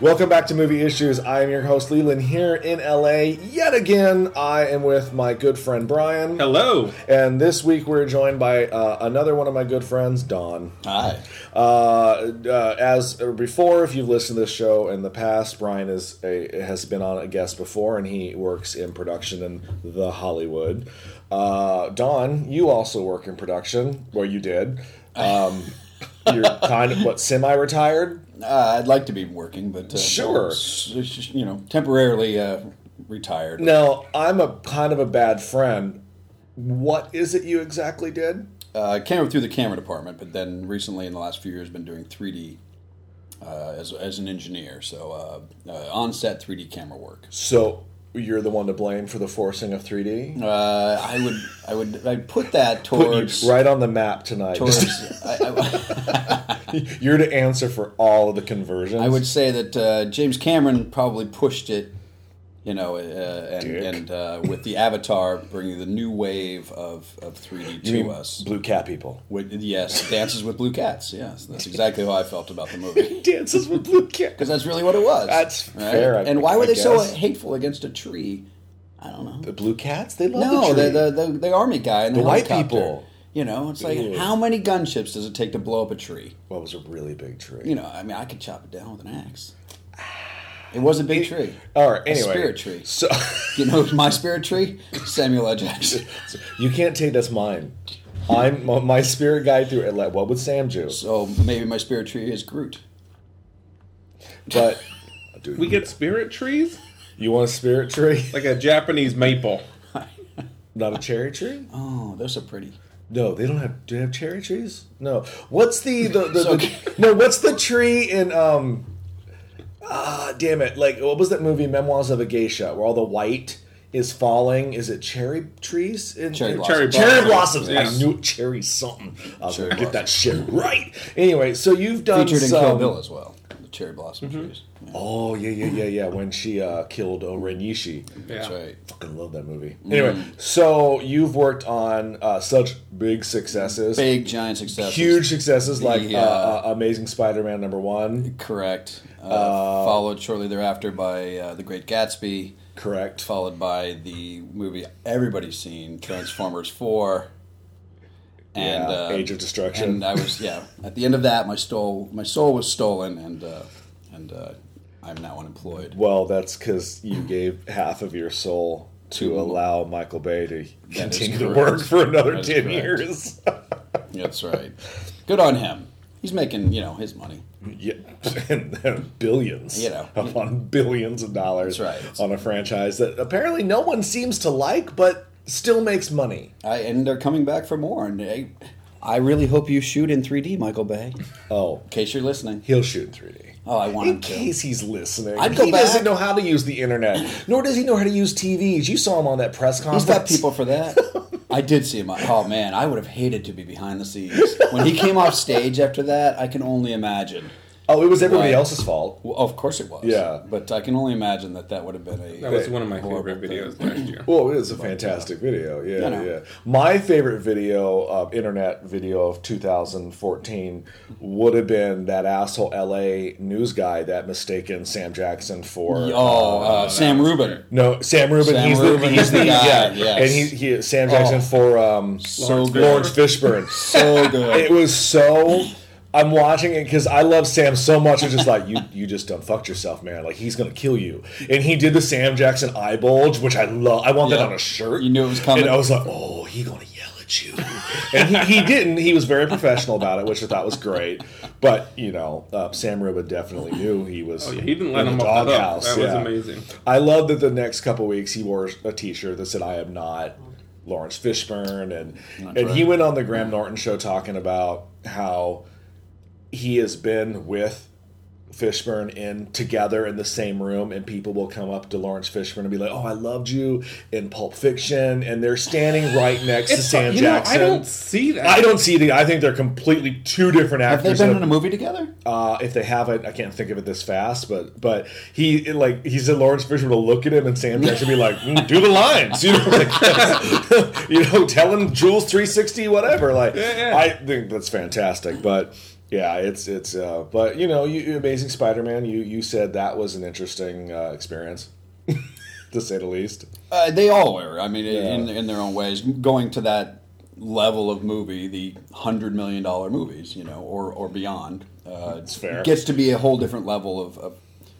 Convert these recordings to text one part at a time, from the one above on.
Welcome back to Movie Issues. I am your host Leland here in LA. Yet again, I am with my good friend Brian. Hello. And this week we're joined by uh, another one of my good friends, Don. Hi. Uh, uh, as before, if you've listened to this show in the past, Brian is a, has been on a guest before, and he works in production in the Hollywood. Uh, Don, you also work in production, or you did. Um, you're kind of what semi-retired. Uh, I'd like to be working, but uh, Sure. s- s- you know, temporarily uh, retired. Now, I'm a kind of a bad friend. What is it you exactly did? Uh, camera through the camera department, but then recently in the last few years, been doing 3D uh, as as an engineer. So uh, uh, on set 3D camera work. So you're the one to blame for the forcing of 3D. Uh, I would I would I put that towards. Right on the map tonight. towards I, I, You're to answer for all of the conversions. I would say that uh, James Cameron probably pushed it, you know, uh, and, Dick. and uh, with the Avatar bringing the new wave of, of 3D to You mean us. blue cat people. With, yes, dances with blue cats. Yes, that's exactly how I felt about the movie Dances with blue cat. because that's really what it was. That's fair, I- and why were I they so guess. hateful against a tree? I don't know. The blue cats? They love the No, the, tree. the, the, the army guy and the, The white helicopter. people. You know, it's like Ew. how many gunships does it take to blow up a tree? Well, it was a really big tree. You know, I mean, I could chop it down with an axe. It was a big tree. all right. Anyway, spirit tree. So You know, my spirit tree, Samuel L. Jackson. you can't take that's mine. I'm my- my spirit guide through Atlanta. What would Sam do? So maybe my spirit tree is Groot. But dude, We get spirit trees? you want a spirit tree, Like a Japanese maple. not a cherry tree? Oh, those are pretty. No, they don't have. Do they have cherry trees? No. What's the the, the, the no? What's the tree in um? Ah, damn it! Like what was that movie Memoirs of a Geisha where all the white is falling? Is it cherry trees? In, Cherry in- blossoms. Cherry Cherry blossoms, blossoms. yes. I knew it, cherry something. I was Cherry gonna get that blossoms. shit right. Anyway, so you've done Featured in some- Kill Bill as well. The cherry blossom trees. Yeah. Oh yeah, yeah, yeah, yeah. When she uh, killed Oren Yishi. That's Yeah. right. Fucking love that movie. Mm. Anyway, so you've worked on uh, such big successes. Big giant success. huge successes like Yeah. uh, uh, Amazing Spider-Man number one. Correct. Uh, followed shortly thereafter by uh, The Great Gatsby, Correct. followed by the movie everybody's seen, Transformers Four. And Yeah, uh, Age of Destruction. And I was yeah. At the end of that, my stole my soul was stolen, and uh, and uh, I'm now unemployed. well, that's because you gave half of your soul to To- allow Michael Bay to continue to correct. work for another That is ten correct. years. That's right. Good on him. He's making you know his money. yeah, and then billions. You know. upon billions of dollars. That's right. On a franchise that apparently no one seems to like, but still makes money. I, and they're coming back for more. And I, I really hope you shoot in 3D, Michael Bay. In Oh, case you're listening. he'll shoot in three D. Oh, I want In him to. case he's listening, I'd go he doesn't back. know how to use the internet, nor does he know how to use TVs. You saw him on that press conference. He's got people for that. I did see him. Oh man, I would have hated to be behind the scenes when he came off stage after that. I can only imagine. Oh, it was everybody Right. else's fault. Well, of course it was. Yeah. but I can only imagine that that would have been a. That was one of my Horrible favorite videos thing. last year. Well, it is a fantastic video. Yeah, You know. yeah. My favorite video, uh, internet video of 2014, would have been that asshole LA news guy that mistaken Sam Jackson for. oh, uh, Sam was Rubin. great. No, Sam Rubin. Sam he's the, Rubin he's is the the- guy, yeah. yes. And he, he Sam Jackson Oh. for um, So good. Lawrence Fishburne. So good. it was so. I'm watching it because I love Sam so much. It's just like you, you just done fucked yourself, man. Like he's gonna kill you. And he did the Sam Jackson eye bulge, which I love. I want that Yeah. on a shirt. You knew it was coming. And I was like, oh, he gonna yell at you. and he, he didn't. He was very professional about it, which I thought was great. But you know, uh, Sam Rubin definitely knew he was. Oh, yeah, he didn't let in him the off the hook. doghouse, That was yeah. amazing. I love that the next couple weeks he wore a T-shirt that said "I am not Lawrence Fishburne," and and he went on the Graham Norton show talking about how he has been with Fishburne in together in the same room, and people will come up to Lawrence Fishburne and be like, "Oh, I loved you in Pulp Fiction," and they're standing right next to Sam you know, Jackson. I don't see that. I don't see the. I think they're completely two different Have they actors. been that in a movie together? uh, if they haven't, I can't think of it this fast, but but he it, like he said Lawrence Fishburne will look at him and Sam Jackson will be like, "Mm, do the lines, you know, like, you know, tell him Jules three sixty whatever. Like yeah. I think that's fantastic, but yeah, it's it's. Uh, but you know, you, you Amazing Spider-Man. You you said that was an interesting uh, experience, to say the least. Uh, they all were. I mean, Yeah. in in their own ways, going to that level of movie, the hundred million dollar movies, you know, or or beyond, uh, It's fair. gets to be a whole different level of. of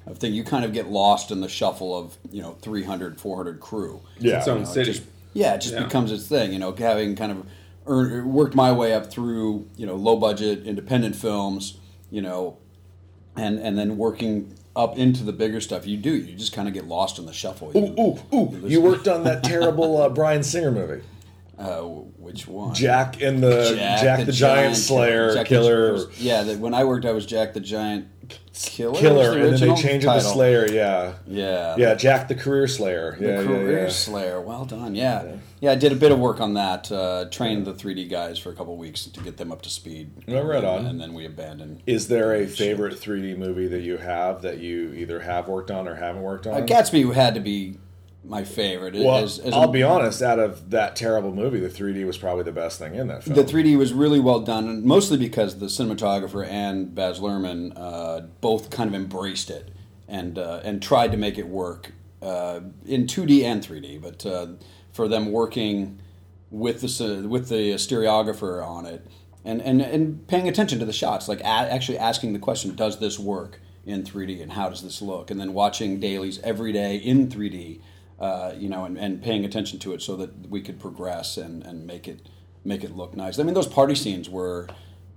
of thing you kind of get lost in the shuffle of you know 300 400 crew Yeah, its own city. yeah it just Yeah. becomes its thing you know having kind of earned, worked my way up through you know low budget independent films you know and and then working up into the bigger stuff you do you just kind of get lost in the shuffle You- Ooh, ooh! You worked on that terrible uh, Brian Singer movie, Uh, which one? Jack and the Uh, Jack, the, Giant, Slayer Jack the- Killer yeah, the, when I worked, I was Jack the Giant Killer. was Killer, the and then they original changed it to title. Slayer. Yeah, Yeah, yeah, Jack the Career Slayer. The Yeah, yeah, Career yeah. Slayer. Well done. Yeah. yeah, I did a bit of work on that. Uh, trained the 3D guys for a couple weeks to get them up to speed. Yeah, right on. And then we abandoned. Is there a favorite 3D movie that you have that you either have worked on or haven't worked on? Uh, Gatsby had to be my favorite. Well, as, as a- I'll be honest. Out of that terrible movie, the 3D was probably the best thing in that film. The 3D was really well done, and mostly because the cinematographer and Baz Luhrmann uh, both kind of embraced it and uh, and tried to make it work uh, in 2D and 3D. But uh, for them working with the ce- with the stereographer on it and, and, and paying attention to the shots, like a- actually asking the question, does this work in 3D and how does this look? And then watching dailies every day in 3D. Uh, you know, and, and paying attention to it so that we could progress and, and make it make it look nice. I mean, those party scenes were,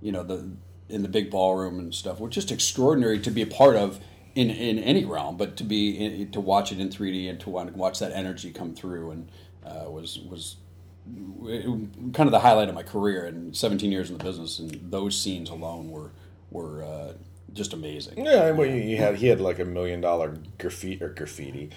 you know, the in the big ballroom and stuff were just extraordinary to be a part of in, in any realm, but to be in, to watch it in 3D and to want, watch that energy come through and uh, was was it, kind of the highlight of my career and 17 years in the business and those scenes alone were were uh, just amazing. yeah, well, he he had he had like a million dollar graffiti or graffiti.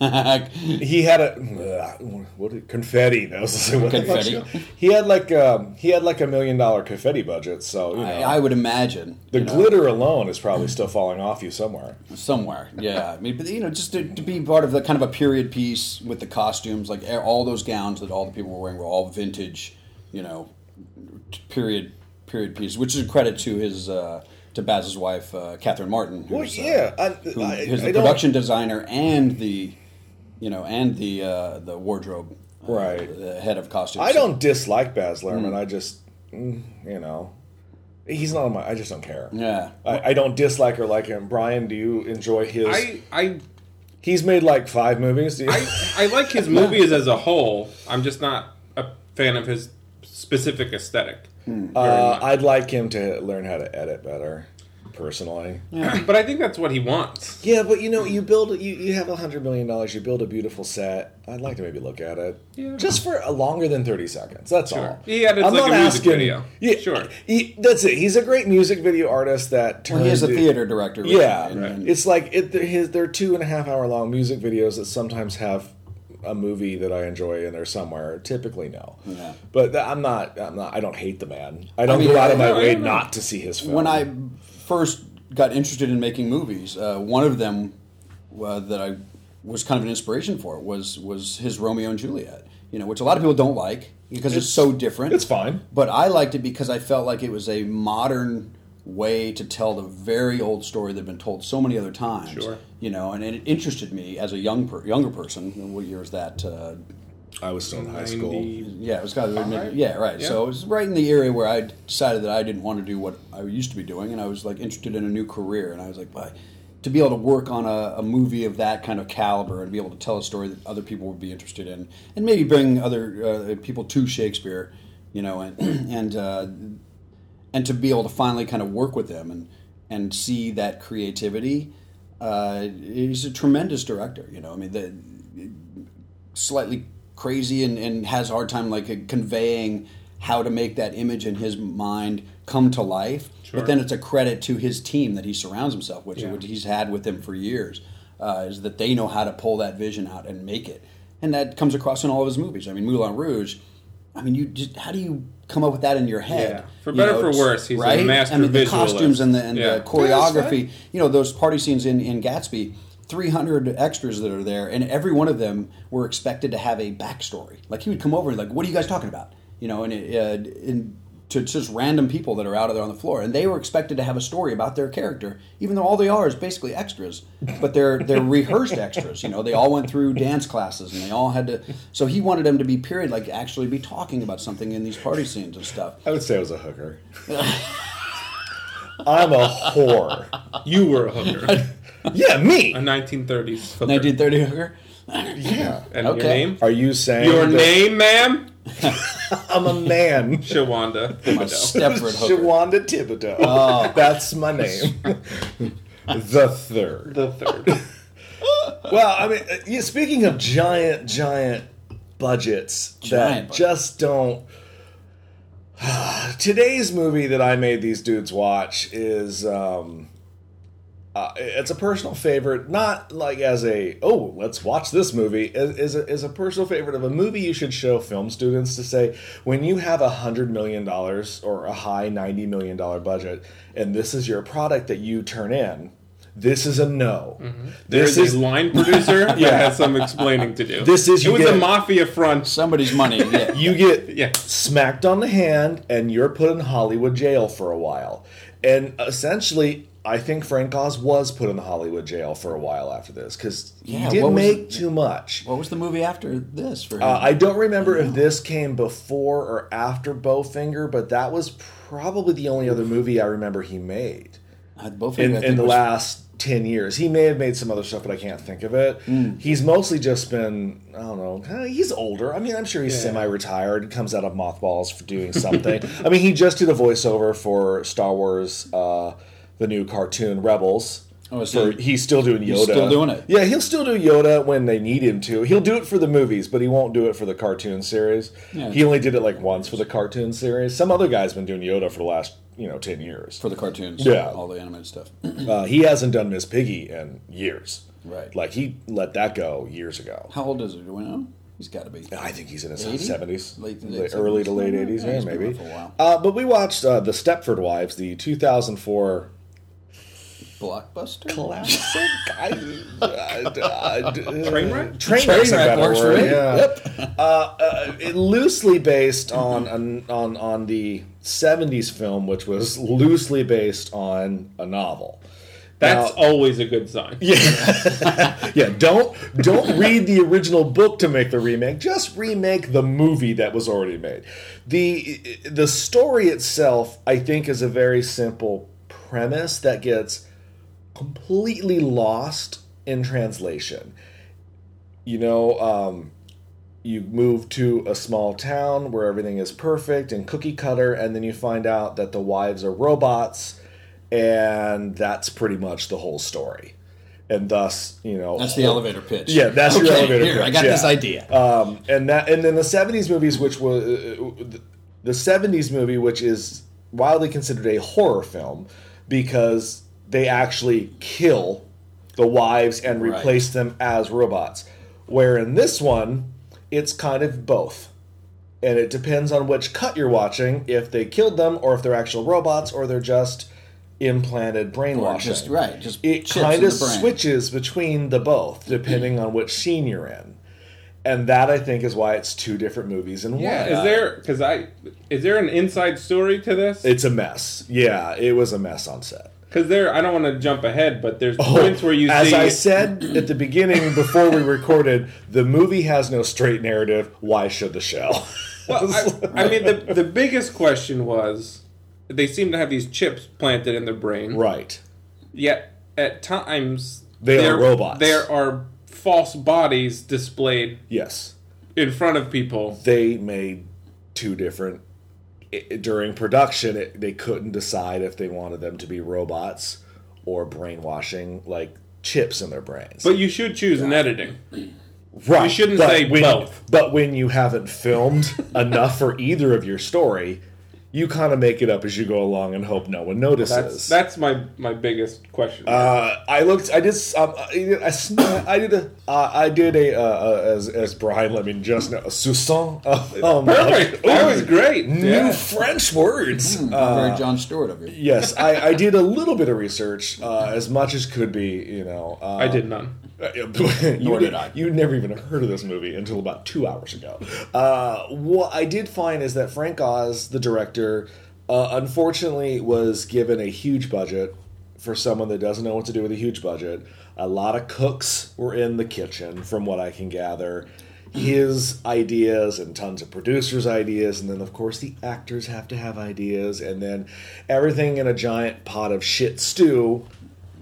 yeah, He had a ugh, what did- confetti. That was what the fuck's Confetti. going- He had like um, he had like a million dollar confetti budget. So you know, I, I would imagine the you know, glitter alone is probably still falling off you somewhere. somewhere. Yeah, I mean, but you know, just to, to be part of the kind of a period piece with the costumes, like a- all those gowns that all the people were wearing were all vintage, you know, t- period period piece, which is a credit to his uh, to Baz's wife, uh, Catherine Martin. Who's, Well, uh, yeah, I, who I, is I the don't- production designer and the you know and the uh, the wardrobe uh, Right. the head of costumes. I don't dislike Baz Hmm. Luhrmann. I just, mm, you know, he's not on my. I just don't care. Yeah. I, I don't dislike or like him. Brian, do you enjoy his? I I he's made like five movies. Do you, I, I like his movies as a whole. I'm just not a fan of his specific aesthetic. very uh, much. I'd like him to learn how to edit better, personally. but I think that's what he wants. Yeah, but you know, you Mm-hmm. build you, you have a hundred million dollars. You build a beautiful set. I'd like to maybe look at it Yeah. just for a longer than thirty seconds. That's all. He edits like a music video. Yeah, Sure. he- that's it. He's a great music video artist that turned. Well, he is a it- theater director. right? Uh, Yeah, And- and- it's like it, they're, his, they're two and a half hour long music videos that sometimes have a movie that I enjoy in there somewhere. Typically, no. Yeah. But th- I'm not. I'm not. I don't hate the man. I don't mean, go out of my no, I way don't know. not to see his film. when I first got interested in making movies, uh, one of them uh, that I was kind of an inspiration for was was his Romeo and Juliet. You know, which a lot of people don't like because it's, so different. it's fine. but I liked it because I felt like it was a modern way to tell the very old story that had been told so many other times. Sure. You know, and it interested me as a young per- younger person. And What year was that? Uh, I was still in high school. yeah, it was kind of mid- yeah, right. So it was right in the area where I decided that I didn't want to do what I used to be doing, and I was like interested in a new career, and I was like, but to be able to work on a, a movie of that kind of caliber and be able to tell a story that other people would be interested in, and maybe bring other uh, people to Shakespeare, you know, and and uh, and to be able to finally kind of work with them and and see that creativity. Uh, he's a tremendous director, you know. I mean, the, slightly crazy and, and has a hard time like conveying how to make that image in his mind come to life. Sure. But then it's a credit to his team that he surrounds himself with, Yeah. which he's had with him for years, uh, is that they know how to pull that vision out and make it. And that comes across in all of his movies. I mean, Moulin Rouge. I mean, you just how do you come up with that in your head? Yeah. For You better or for it's- worse, he's a master I mean, the visualist. costumes and the and Yeah. the choreography. You know, those party scenes in in Gatsby, 300 extras that are there, and every one of them were expected to have a backstory. Like he would come over and like, "What are you guys talking about?" You know, and it, uh, and to just random people that are out there on the floor, and they were expected to have a story about their character, even though all they are is basically extras. But they're they're rehearsed extras. You know, they all went through dance classes, and they all had to. So he wanted them to be period, like actually be talking about something in these party scenes and stuff. I would say I was a hooker. I'm a whore. You were a hooker, Yeah, me. a 1930s hooker. 1930 hooker. Yeah. and your Okay. name? Are you saying Your that name, ma'am? I'm a man? Shawanda. Thibodeau. My Stepford hooker. Shawanda Thibodeau. Oh. That's my name. the third. the third. Well, I mean, uh, yeah, speaking of giant, giant budgets Giant that budget. just don't. Today's movie that I made these dudes watch is. Um, uh, it's a personal favorite, not like as a oh let's watch this movie. Is is a, is a personal favorite of a movie you should show film students to say when you have a hundred million dollars or a high ninety million dollar budget, and this is your product that you turn in. This is a no. This There's a line producer that Yeah. has some explaining to do. This is- it was you a get- mafia front. Somebody's money. Yeah. you get Yeah. smacked on the hand and you're put in Hollywood jail for a while. And essentially, I think Frank Oz was put in the Hollywood jail for a while after this because Yeah, he did what was make it? too much. What was Oh. the movie after this for him? Uh, I don't remember if this came before or after Bowfinger, but that was probably the only other movie I remember he made Uh, Bowfinger, in, I think, in the was- last 10 years. He may have made some other stuff, but I can't think of it. Mm. He's mostly just been, I don't know, kinda- he's older. I mean, I'm sure he's semi retired, comes out of mothballs for doing something. I mean, he just did a voiceover for Star Wars, uh, the new cartoon Rebels. Oh, so- For- he's still doing Yoda. still doing it. Yeah, he'll still do Yoda when they need him to. He'll do it for the movies, but he won't do it for the cartoon series. Yeah. He only did it like once for the cartoon series. Some other guy's been doing Yoda for the last, you know, 10 years. for the cartoons. Yeah. All the animated stuff. Uh, he hasn't done Miss Piggy in years. Right. Like he let that go years ago. How old is he? Do we know? He's got to be. I think he's in his 80? seventies, Late- late, late early 70s. to late Yeah, eighties, yeah, he's been maybe. around for a while. Uh, but we watched uh, the Stepford Wives, the two thousand four Blockbuster? classic. I, I, I, Train wreck? Train Train wreck's a wreck better works for word, me. Yeah. Uh, uh, it loosely based on an- on on the seventies film, which was loosely based on a novel. That's Now- always a good sign. Yeah, don't don't read the original book to make the remake. Just remake the movie that was already made. The the story itself, I think, is a very simple premise that gets completely lost in translation. You know, um, you move to a small town where everything is perfect and cookie cutter, and then you find out that the wives are robots, and that's pretty much the whole story. And thus, you know, That's the elevator pitch. yeah, that's your Okay, elevator here, pitch, I got yeah. this idea. Um, and that, and then the '70s movies, which was the '70s movie, which is widely considered a horror film because they actually kill the wives and Right. replace them as robots. Where in this one, it's kind of both. And it depends on which cut you're watching, if they killed them, or if they're actual robots, or they're just implanted brainwashing just right. Just it chips in kind the of brain. switches between the both depending on which scene you're in and that i think is why it's two different movies in Yeah, one is there because I is there an inside story to this? it's a mess yeah it was a mess on set Because there, I don't want to jump ahead, but there's points where you Oh, as see i said at the beginning before we recorded the movie has no straight narrative why should the shell Well, I, I mean, the, the biggest question was they seem to have these chips planted in their brain. right Yet at times They are there- robots. There are false bodies displayed yes in front of people. they made two different i- i- during production it, they couldn't decide if they wanted them to be robots or brainwashing like chips in their brains But you should choose an editing. Right. You shouldn't say when, both. But when you haven't filmed enough for either of your story, you kind of make it up as you go along and hope no one notices. That's that's my my biggest question. uh, I looked. I did. s- Um, I did. I, sn- I did a. Uh, I did a. Uh, uh, as as Brian Lemon just now. Susan. Um, Perfect. that was great. New Yeah. Mm-hmm. French words. Uh, I'm very John Stewart of you. yes, I, I did a little bit of research, uh, as much as could be. You know, uh, I did none. Nor did I. You never even heard of this movie until about two hours ago. Uh, what I did find is that Frank Oz, the director, uh, unfortunately was given a huge budget for someone that doesn't know what to do with a huge budget. A lot of cooks were in the kitchen, from what I can gather. His ideas and tons of producers' ideas, and then of course the actors have to have ideas, and then everything in a giant pot of shit stew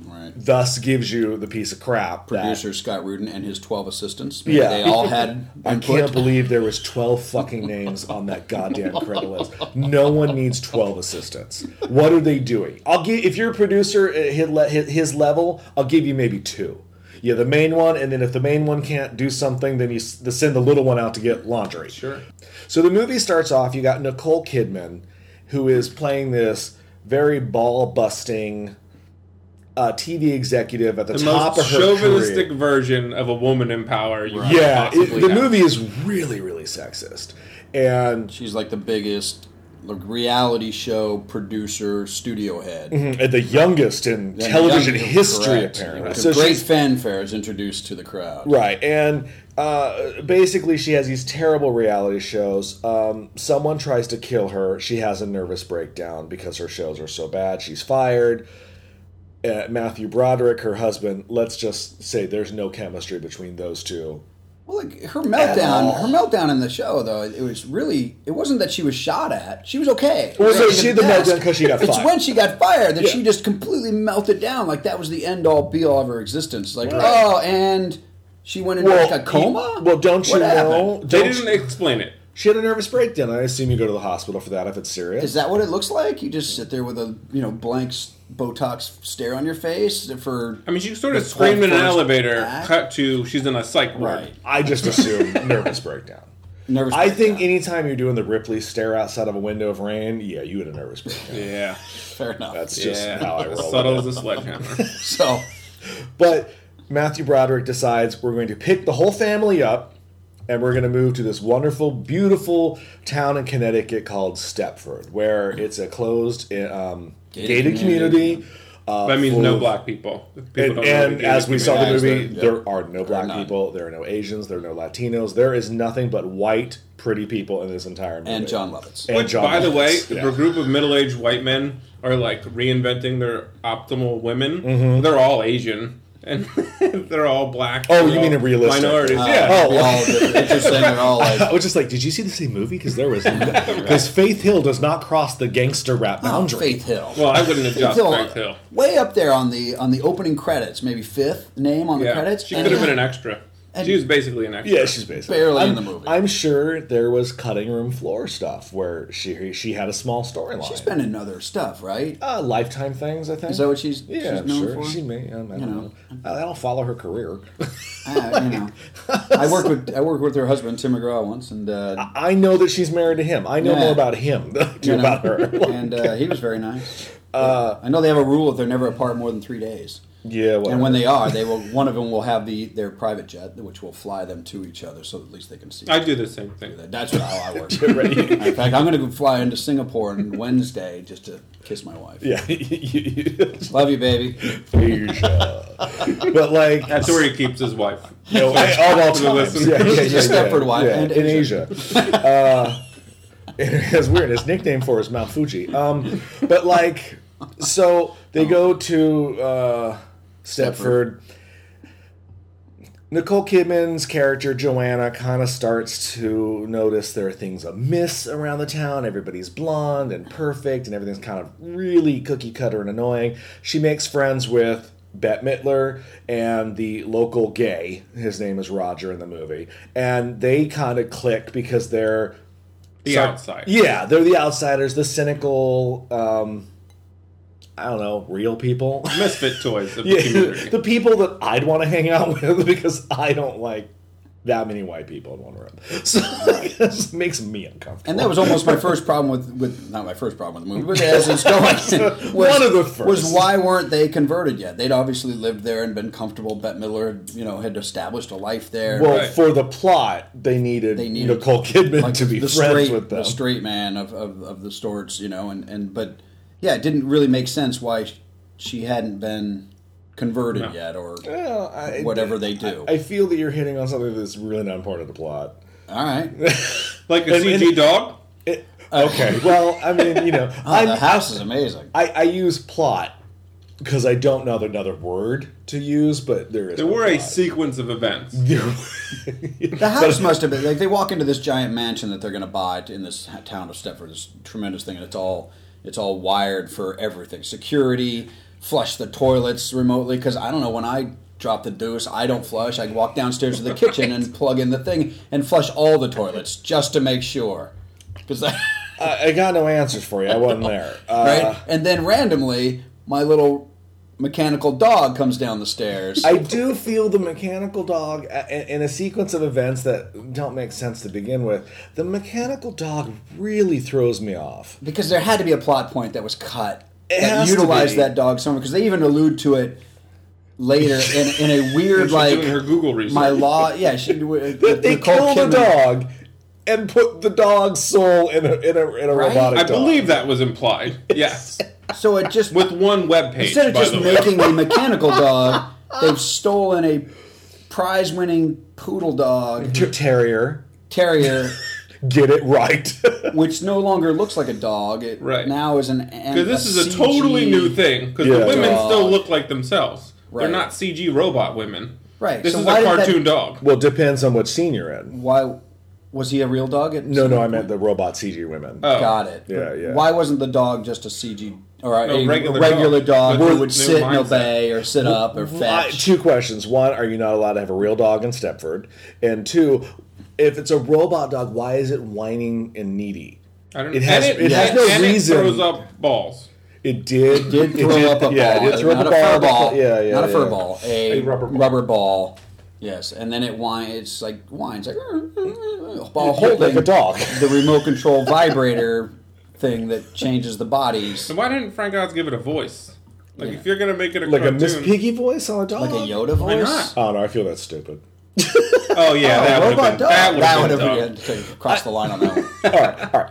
Right. thus gives you the piece of crap. that- Producer Scott Rudin and his 12 assistants. Yeah. They all had I can't input. believe there was 12 fucking names on that goddamn credit list. No one needs 12 assistants. What are they doing? I'll give if you're a producer at his, le- his his level, I'll give you maybe two. Yeah, the main one, and then if the main one can't do something, then you s- then send the little one out to get laundry. Sure. So the movie starts off. You got Nicole Kidman, who is playing this very ball busting uh, TV executive at the, The top most of her chauvinistic career. version of a woman in power. You could Yeah, it- possibly the have. movie is really, really sexist, and She's like the biggest like, reality show producer, studio head. at the youngest in And television young- history, correct. apparently. With So great she's- fanfare is introduced to the crowd. Right, and uh, basically, she has these terrible reality shows. Um, someone tries to kill her. She has a nervous breakdown because her shows are so bad. She's fired. Uh, Matthew Broderick, her husband. Let's just say there's no chemistry between those two. Well, like her all. meltdown, her meltdown in the show though, it was really it wasn't that she was shot at. She was okay. Well, so Right, she at the had the desk. meltdown 'cause she got It's fired. when she got fired that Yeah. she just completely melted down. Like that was the end all be all of her existence. Like Right. oh, and she went into like a coma. Well, don't you What know? happened? Don't They you- didn't explain it. She had a nervous breakdown. I assume you go to the hospital for that if it's serious. Is that what it looks like? You just sit there with a you know blank s- Botox stare on your face for I mean, she sort of The screamed in an first elevator. act? Cut to she's in a psych ward. Right. I just assume nervous breakdown. nervous. I think breakdown. anytime you're doing the Ripley stare outside of a window of rain, yeah, you had a nervous breakdown. Yeah. fair enough. That's Yeah. just how I As roll. subtle with as a sledgehammer. so it. But Matthew Broderick decides we're going to pick the whole family up and we're going to move to this wonderful, beautiful town in Connecticut called Stepford, where it's a closed um, gated, Gated community. community. uh, that means full no of- black people. and, People don't and really get as it. we saw the Guys, movie, there- there yeah. are no black none. people, there are no Asians, there are no Latinos, there is nothing but white, pretty people in this entire movie. and John Lovitz. And Which, John by the way, Lovitz, if yeah. a group of middle-aged white men are like reinventing their optimal women, they're all Asian and they're all black. Mm-hmm. Oh, you They're mean all in realistic. minorities? Uh, yeah. Oh. We all, it's just saying they're all like I was just like, did you see the same movie? Because there was because Faith Hill does not cross the gangster rap boundary. Oh, Faith Hill. Well, I wouldn't have Hill, judged Faith Hill. Way up there on the on the opening credits, maybe fifth name on Yeah, the credits. she and could have been an extra. and- she was basically an extra. Yeah, she's basically Barely I'm, in the movie. I'm sure there was cutting room floor stuff where she she had a small storyline. She's been in other stuff, right? uh, lifetime things. I think Is that what she's, Yeah, she's I'm known sure. for? She may. I don't know. know. I don't follow her career. I, you know, I worked with I worked with her husband Tim McGraw once, and uh, I know that she's married to him. I know Yeah. more about him than I do you know, about her. and uh, he was very nice. Uh, I know they have a rule if they're never apart more than three days. yeah, well, And when they are, they will. One of them will have the their private jet, which will fly them to each other, so at least they can see. I do the same thing. That's how I work. Right. In fact, I'm going to go fly into Singapore on Wednesday just to kiss my wife. yeah, Love you, baby. Asia. but like That's where he keeps his wife. you know, I- all all To the times. listener. Yeah, yeah, yeah, yeah, Stepford wife yeah, and in Asia. uh, it's weird. His nickname for is Mount Fuji. Um, but like, so they go to uh, Stepford. Nicole Kidman's character Joanna kind of starts to notice there are things amiss around the town. Everybody's blonde and perfect, and everything's kind of really cookie cutter and annoying. She makes friends with Bette Midler and the local gay. His name is Roger in the movie, and they kind of click because they're The so- outside. Yeah, they're the outsiders, the cynical. Um, I don't know, real people. Misfit toys of Yeah, the community. the people that I'd want to hang out with because I don't like that many white people in one room. So it just makes me uncomfortable. And that was almost my first problem with, with not my first problem with the movie, but as it's going, was, One of the first. was why weren't they converted yet? They'd obviously lived there and been comfortable. Bette Midler, you know, had established a life there. well, Right. for the plot, they needed, They needed Nicole Kidman like to be the friends straight, with them. the straight man of, of, of the Storts, you know, and, and but yeah, it didn't really make sense why sh- she hadn't been converted No. yet or Well, I, whatever they do. I feel that you're hitting on something that's really not part of the plot. All right. Like a And- CG and- dog? It, okay. well, I mean, you know, Oh, Uh, the I'm, house is amazing. I, I use plot because I don't know another word to use, but there is. There no were a plot. sequence of events. The house But- must have been like they walk into this giant mansion that they're going to buy in this ha- town of Stepford. This tremendous thing, and it's all it's all wired for everything: security, flush the toilets remotely. Because I don't know when I drop the deuce, I don't flush. I walk downstairs to the kitchen and plug in the thing and flush all the toilets just to make sure. Because right, I, I got no answers for you. I wasn't there. Uh, and then randomly, my little mechanical dog comes down the stairs. I do feel the mechanical dog a- a- in a sequence of events that don't make sense to begin with. The mechanical dog really throws me off. because there had to be a plot point that was cut It that has to utilized be. that dog somewhere because they even allude to it later in, in a weird She's like doing her Google research. my law yeah she uh, But they Nicole kill the Kidman- dog and put the dog's soul in a in a, in a Right? robotic I dog. believe that was implied. Yes. so it just With one web page. instead of by just the way. making a mechanical dog they've stolen a prize-winning poodle Mhm. dog Ter- terrier. terrier Get it right. which no longer looks like a dog it Right. now is an Because this is a totally new thing. Because Yeah. the women Dog. still look like themselves. Right. They're not CG robot women. Right, This so is why a did that- cartoon dog. well, depends on what scene you're in. why was he a real dog at No, no, I meant the robot CG women. Oh. Got it. Yeah, yeah. Why wasn't the dog just a CG or a No, a regular, regular dog, dog. who With would new sit and mindset. obey or sit up or I- fetch? two questions. One, are you not allowed to have a real dog in Stepford? And two, if it's a robot dog, why is it whining and needy? I don't It has- and it has and- no and reason. It throws up balls. It did. did throw up a ball, Yeah, it did throw not up a a fur ball. ball, Yeah, yeah, not a fur yeah. ball, a, A rubber ball. ball. Yes, and then it whine. It's like whines, like while holding Like a dog. the remote control vibrator thing that changes the bodies, So why didn't Frank Oz give it a voice? Like if you're gonna make it a Like a cartoon, Miss Piggy voice on a dog. like a Yoda Why voice. not? Oh no, I feel that's stupid. Oh yeah, A that would robot have been, dog. that would've That would been have dumb. been to cross the line on that one. all right, all right.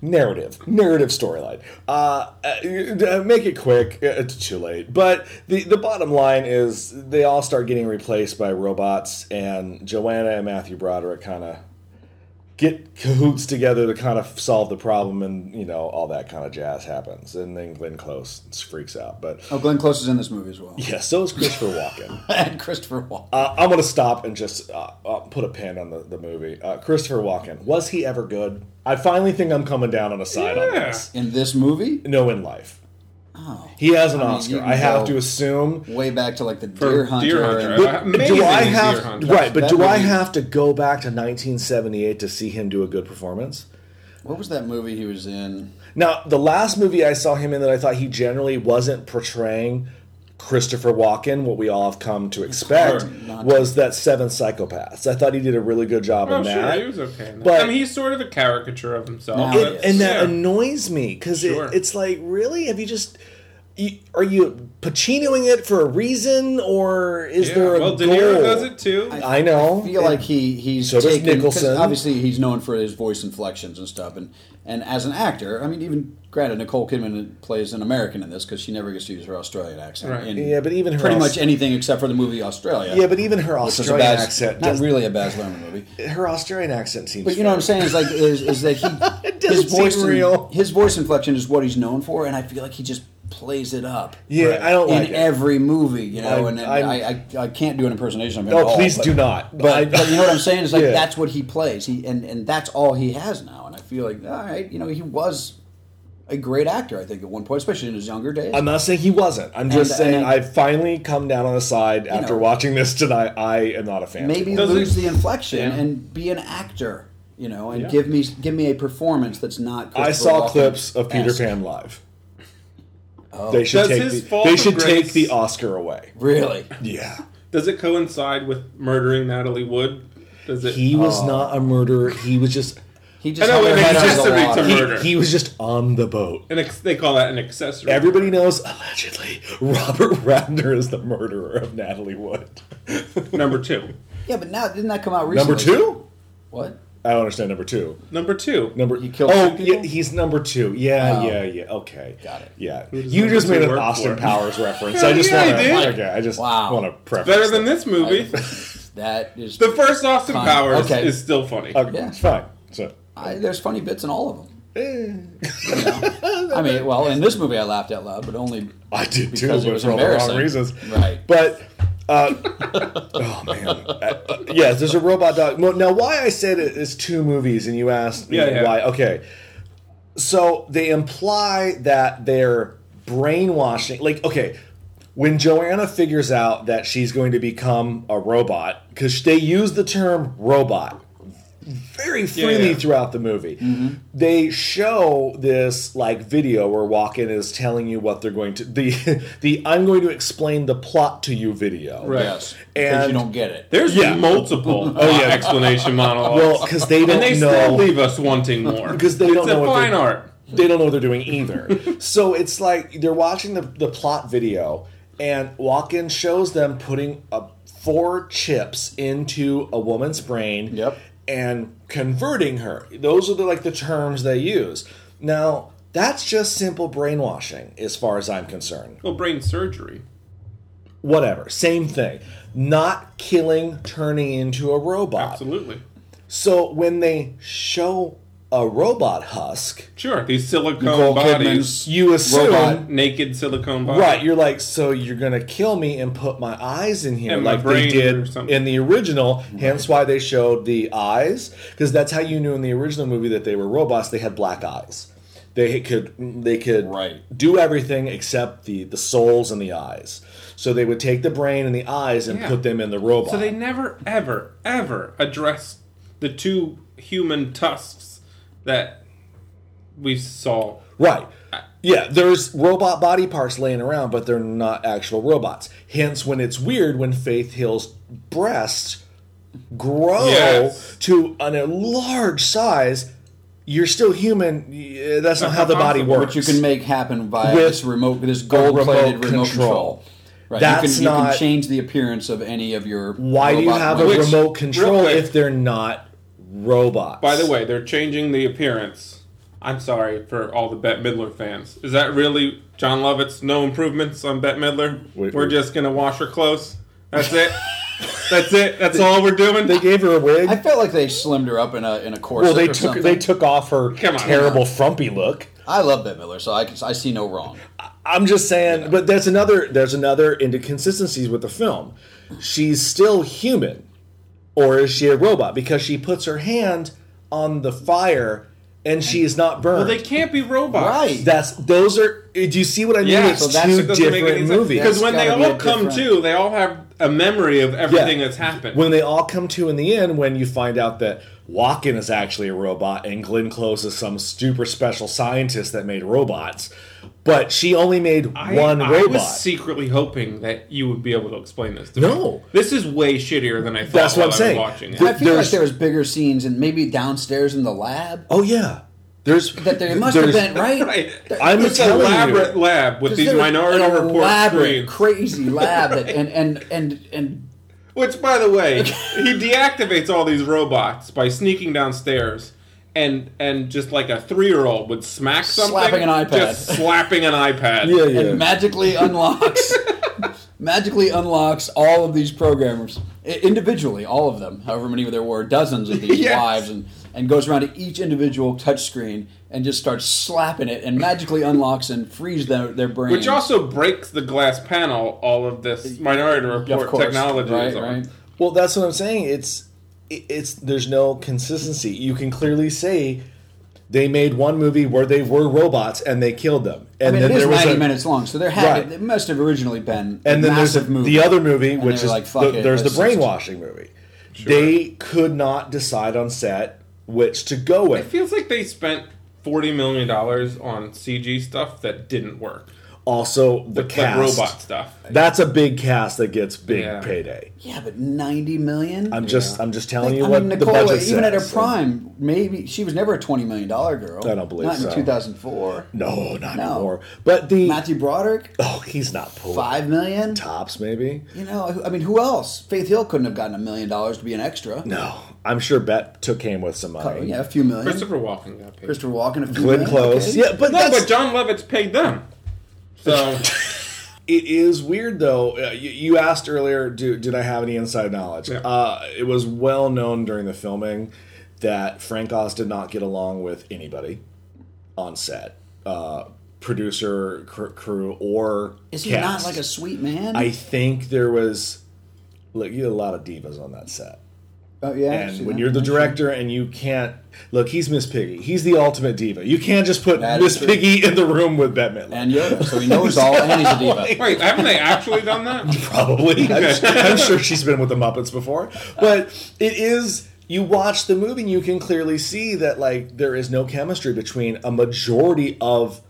Narrative, narrative storyline. Uh, uh, make it quick. uh, It's too late. But the the bottom line is they all start getting replaced by robots, and Joanna and Matthew Broderick kind of get cahoots together to kind of solve the problem, and you know all that kind of jazz happens, and then Glenn Close freaks out. But Oh, Glenn Close is in this movie as well, yeah, so is Christopher Walken. and Christopher Walken. Uh, I'm gonna stop and just uh, uh, put a pin on the, the movie. Uh, Christopher Walken was he ever good? I finally think I'm coming down on a side on Yeah. this. in this movie. No, in life, Oh. he has an mean, you Oscar. can I have go- to assume. way back to like the For Deer Hunter. and- Deer Hunter. Amazing do I Deer have Hunter. right? But That do I movie- have to go back to 1978 to see him do a good performance? what was that movie he was in? Now, the last movie I saw him in that I thought he generally wasn't portraying Christopher Walken, what we all have come to expect, Sure, not- was that Seven Psychopaths. I thought he did a really good job Oh in that. sure, he was okay. in that. But- I mean, he's sort of a caricature of himself. Now but- he is. and that yeah. annoys me because Sure. it, it's like really have you just you, are you pacinoing it for a reason or is Yeah, there a well, De goal? Niro does it too. i know I feel like he he's So does taken, 'cause Nicholson. Obviously, he's known for his voice inflections and stuff, and and as an actor, I mean, even granted, Nicole Kidman plays an American in this because she never gets to use her Australian accent. Right. in yeah but even her pretty Aus- much anything except for the movie Australia. yeah but even her which is a australian Baz- accent not does, really a Baz Luhrmann movie. her australian accent seems But you know what I'm fake. saying is like is, is that he his doesn't seem voice in- real. his voice inflection is what he's known for, and I feel like he just plays it up. yeah i don't in like it. every movie, you know, I- and, and I'm- I, I, I can't do an impersonation of him. at no all, please but- do not I- But, but you know what I'm saying is like Yeah. that's what he plays. He and, and that's all he has now. And I feel like all right, you know, he was a great actor. I think at one point, especially in his younger days. I'm not saying he wasn't. I'm just And- saying and- I've finally come down on the side after know. watching this tonight. I am not a fan. Maybe anymore. Does lose it- the inflection Yeah. and be an actor. You know, and Yeah. give me give me a performance that's not. I Christopher saw Walken-esque. clips of Peter Pan live. Oh. They should Does take his the, fall they from should grace- take the Oscar away. Really, Yeah. Does it coincide with murdering Natalie Wood? Does it? He was not a murderer. He was just he just I know, it had her head exists under to the be water. some- he, Murder. he was just on the boat. an ex- they call that an accessory. Everybody knows allegedly Robert Ratner is the murderer of Natalie Wood. number two. Yeah, but now didn't that come out recently? Number two? What? I don't understand number two. Number two. Number He killed Oh, two people? yeah, he's number two. Yeah, Oh. yeah, yeah. Okay, Got it. Yeah, does you number just two made an work Austin for? Powers reference. Yeah, I just yeah, I want did. to. Okay, I just Wow. want to preface Better than that. this movie. That is The first Austin Fine. Powers Okay. is still funny. Okay, Yeah. Fine. So, I, there's funny bits in all of them. Eh. You know? I mean, well, in this movie I laughed out loud, but only I did too, Because it but was for all the wrong embarrassing. reasons. Right. But, uh, oh man, Uh, yes, there's a robot dog. Well, Now, why I said it is two movies, and you asked me Yeah, yeah. why? Okay, so they imply that they're brainwashing. Like, okay, when Joanna figures out that she's going to become a robot, because they use the term robot very freely yeah. Mm-hmm. throughout the movie. They show this like video where Walken is telling you what they're going to the the I'm going to explain the plot to you video. Right. yes, because And- you don't get it. There's Yeah. multiple Oh, yeah. explanation monologues. Well, because they don't and they still know leave us wanting more. 'Cause they it's don't know a what fine they- art. they don't know what they're doing either. so it's like they're watching the, the plot video, and Walken shows them putting a, four chips into a woman's brain. Yep. And converting her. Those are the like the terms they use. Now that's just simple brainwashing, as far as I'm concerned. Well, brain surgery. Whatever, same thing. Not killing, turning into a robot. Absolutely. So when they show a robot husk, Sure. These silicone Nicole bodies. Kidman's you assume Robot. Naked silicone bodies. Right, you're like, so you're gonna kill me and put my eyes in here, And my like brain they or did something. in the original. Hence why they showed the eyes, because that's how you knew in the original movie that they were robots. They had black eyes. They could they could Right. do everything except the the souls and the eyes. So they would take the brain and the eyes and Yeah. put them in the robot. So they never, ever, ever address the two human tusks that we saw. Right. Yeah, there's robot body parts laying around, but they're not actual robots. Hence, when it's weird when Faith Hill's breasts grow Yes. to an, a large size, you're still human. y- That's not how the body Possible, works. Which you can make happen via With this remote, this gold-plated remote remote, control. control. Right, That's you can, you not- can change the appearance of any of your. Why do you robot have robots. a Which- remote control real quick- if they're not robots? By the way, they're changing the appearance. I'm sorry for all the Bette Midler fans. Is that really John Lovett's no improvements on Bette Midler? Wait, we're wait. just gonna wash her clothes. That's it. That's it. That's all we're doing. they gave her a wig. I felt like they slimmed her up in a in a well, corset they or took something. they took off her Come on. terrible frumpy look. I love Bette Miller, so I can, I see no wrong. I'm just saying, but there's another there's another inconsistencies with the film. She's still human, or is she a robot? Because she puts her hand on the fire and she is not burned. They can't be robots. Right. That's those are. Do you see what I mean? Yeah, it's so that's- two it doesn't make different any sense. movies. Because That's when they gotta be a all come different- to, they all have a memory of everything that's happened. When they all come to in the end, when you find out that Walken is actually a robot and Glenn Close is some super special scientist that made robots, but she only made I- one I robot. was secretly hoping that you would be able to explain this to me. No. This is way shittier than I thought That's what I'm while I was saying. watching it. Th- I feel there's- like there was bigger scenes and maybe downstairs in the lab oh yeah, there's that there must have there's- been right. Right. I'm It's an telling you. elaborate lab with these There was minority an report screens. elaborate, crazy lab that, and and and and Which, by the way, he deactivates all these robots by sneaking downstairs. And, and just like a three year old would smack something, Slapping an iPad. just slapping an iPad. Yeah, yeah. and magically unlocks magically unlocks all of these programmers i- individually all of them however many there were dozens of these Yes. lives and and goes around to each individual touchscreen and just starts slapping it and magically unlocks and frees their, their brain Which also breaks the glass panel. All of this minority report of course technology right, is on. right Well, that's what I'm saying. It's it- it's there's no consistency. You can clearly say they made one movie where they were robots and they killed them, and I mean, it is there was 90 a, minutes long, so there had Right. it must have originally been a and then there's massive a, movie. the other movie, And which they were is like, fuck the, it, there's the let's just- brainwashing movie. They could not decide on set which to go It with. feels like they spent forty million dollars on CG stuff that didn't work, Also, the like cast. robot stuff. That's a big cast that gets big Yeah. payday. yeah, but 90 million. I'm just I'm just telling Like, you I what mean, the Nicole, budget even at her says. prime, maybe she was never a twenty million dollar girl. I don't believe not so. in two thousand four. No, not No. anymore. But the Matthew Broderick, oh, he's not pulling five million. tops maybe. You know, I mean, who else? Faith Hill couldn't have gotten a million dollars to be an extra. Oh, No, I'm sure Bet took him with some money. yeah, a few million. Christopher, Christopher Walken got paid. Walken, a few Glenn million. Close. okay. Yeah, but no, that's, but John Lovitz paid them. So it is weird though. Uh, you, you asked earlier, do, did I have any inside knowledge? Yeah. Uh, it was well known during the filming that Frank Oz did not get along with anybody on set, uh, producer, cr- crew, or Is he cast. not like a sweet man? I think there was look, you had a lot of divas on that set. oh, yeah. And see when that? you're the director and you can't look, he's Miss Piggy. He's the ultimate diva. You can't just put That is Miss true. Piggy in the room with Bette Midler. and Yoda, so he knows all, and he's a Oh diva. wait, haven't they actually done that? probably. I'm, sure, I'm sure she's been with the Muppets before, but it is. You watch the movie, and you can clearly see that like there is no chemistry between a majority of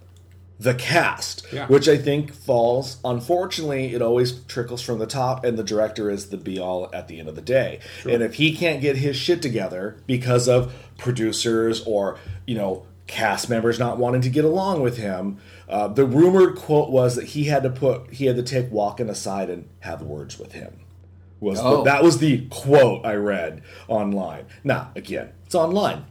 the cast, Yeah. which I think falls. Unfortunately, it always trickles from the top, and the director is the be all at the end of the day. And if he can't get his shit together because of producers or you know cast members not wanting to get along with him, uh, the rumored quote was that he had to put he had to take Walken aside and have words with him. Was Oh. that was the quote I read online? Now again, it's online.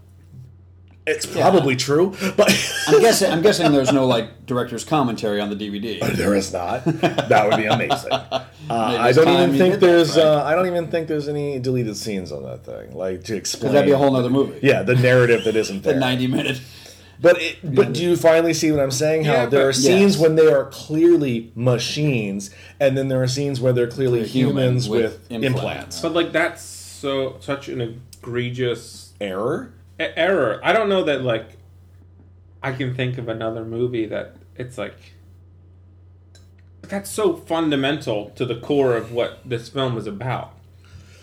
It's probably true, but. I'm guessing. I'm guessing there's no like director's commentary on the DVD. There is not. That would be amazing. Uh, I it's don't time even you think did that, there's. right? Uh, I don't even think there's any deleted scenes on that thing, like to explain. That'd be a whole other movie. Yeah, the narrative that isn't the there. 90 minute. But it, but do you finally see what I'm saying? How Yeah, there are but- scenes Yes. when they are clearly machines, and then there are scenes where they're clearly human humans with with, implants. implants. but like that's so such an egregious Error. e- error. I don't know that like I can think of another movie that it's like that's so fundamental to the core of what this film is about.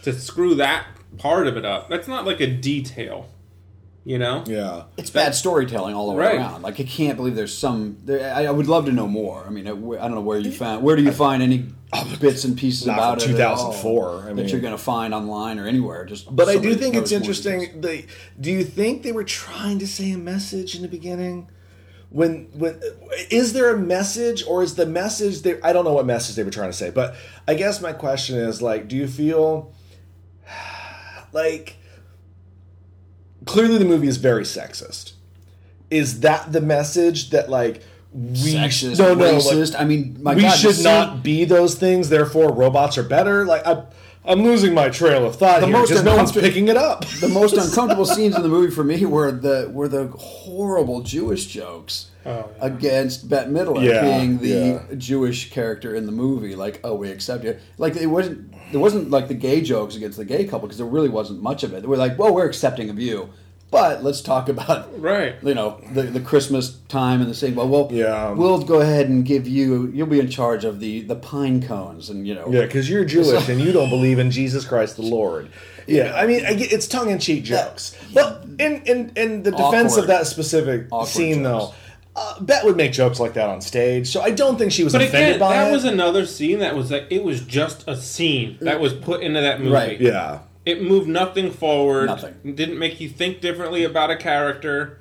To screw that part of it up, that's not like a detail, you know. Yeah. It's bad storytelling all the way Right. around. Like I can't believe there's some. There, I, I would love to know more. I mean, I, I don't know where you found. Where do you find any bits and pieces Not about from it? at all 2004, I mean. that you're going to find online or anywhere. Just But I somebody do think knows it's more interesting. details. They, do you think they were trying to say a message in the beginning? When when is there a message, or is the message there? I don't know what message they were trying to say, but I guess my question is like, do you feel like clearly the movie is very sexist? Is that the message that like we Sexist, no no like, racist. I mean, my we God, should the scene- not be those things. Therefore, robots are better. Like I, I'm losing my trail of thought The here most because no one's uncomfort- picking it up. the most uncomfortable scenes in the movie for me were the were the horrible Jewish jokes Oh, against Bette Midler Yeah, being the yeah. Jewish character in the movie. Like, oh, we accept you. Like, it wasn't there wasn't like the gay jokes against the gay couple because there really wasn't much of it. They were like, well, we're accepting of you, but let's talk about Right. you know the, the Christmas time and the saying, well, well, Yeah. um, we'll go ahead and give you. You'll be in charge of the the pine cones and you know Yeah, because you're Jewish and you don't believe in Jesus Christ the Lord. Yeah, I mean, I get, it's tongue in cheek jokes. But in, in, in the defense of Awkward. that specific Awkward scene, jokes. though, uh, Bet would make jokes like that on stage, so I don't think she was But offended again, by that it. Uh, was another scene that was like it was just a scene that was put into that movie. Right, yeah, It moved nothing forward. Nothing. It Didn't make you think differently about a character.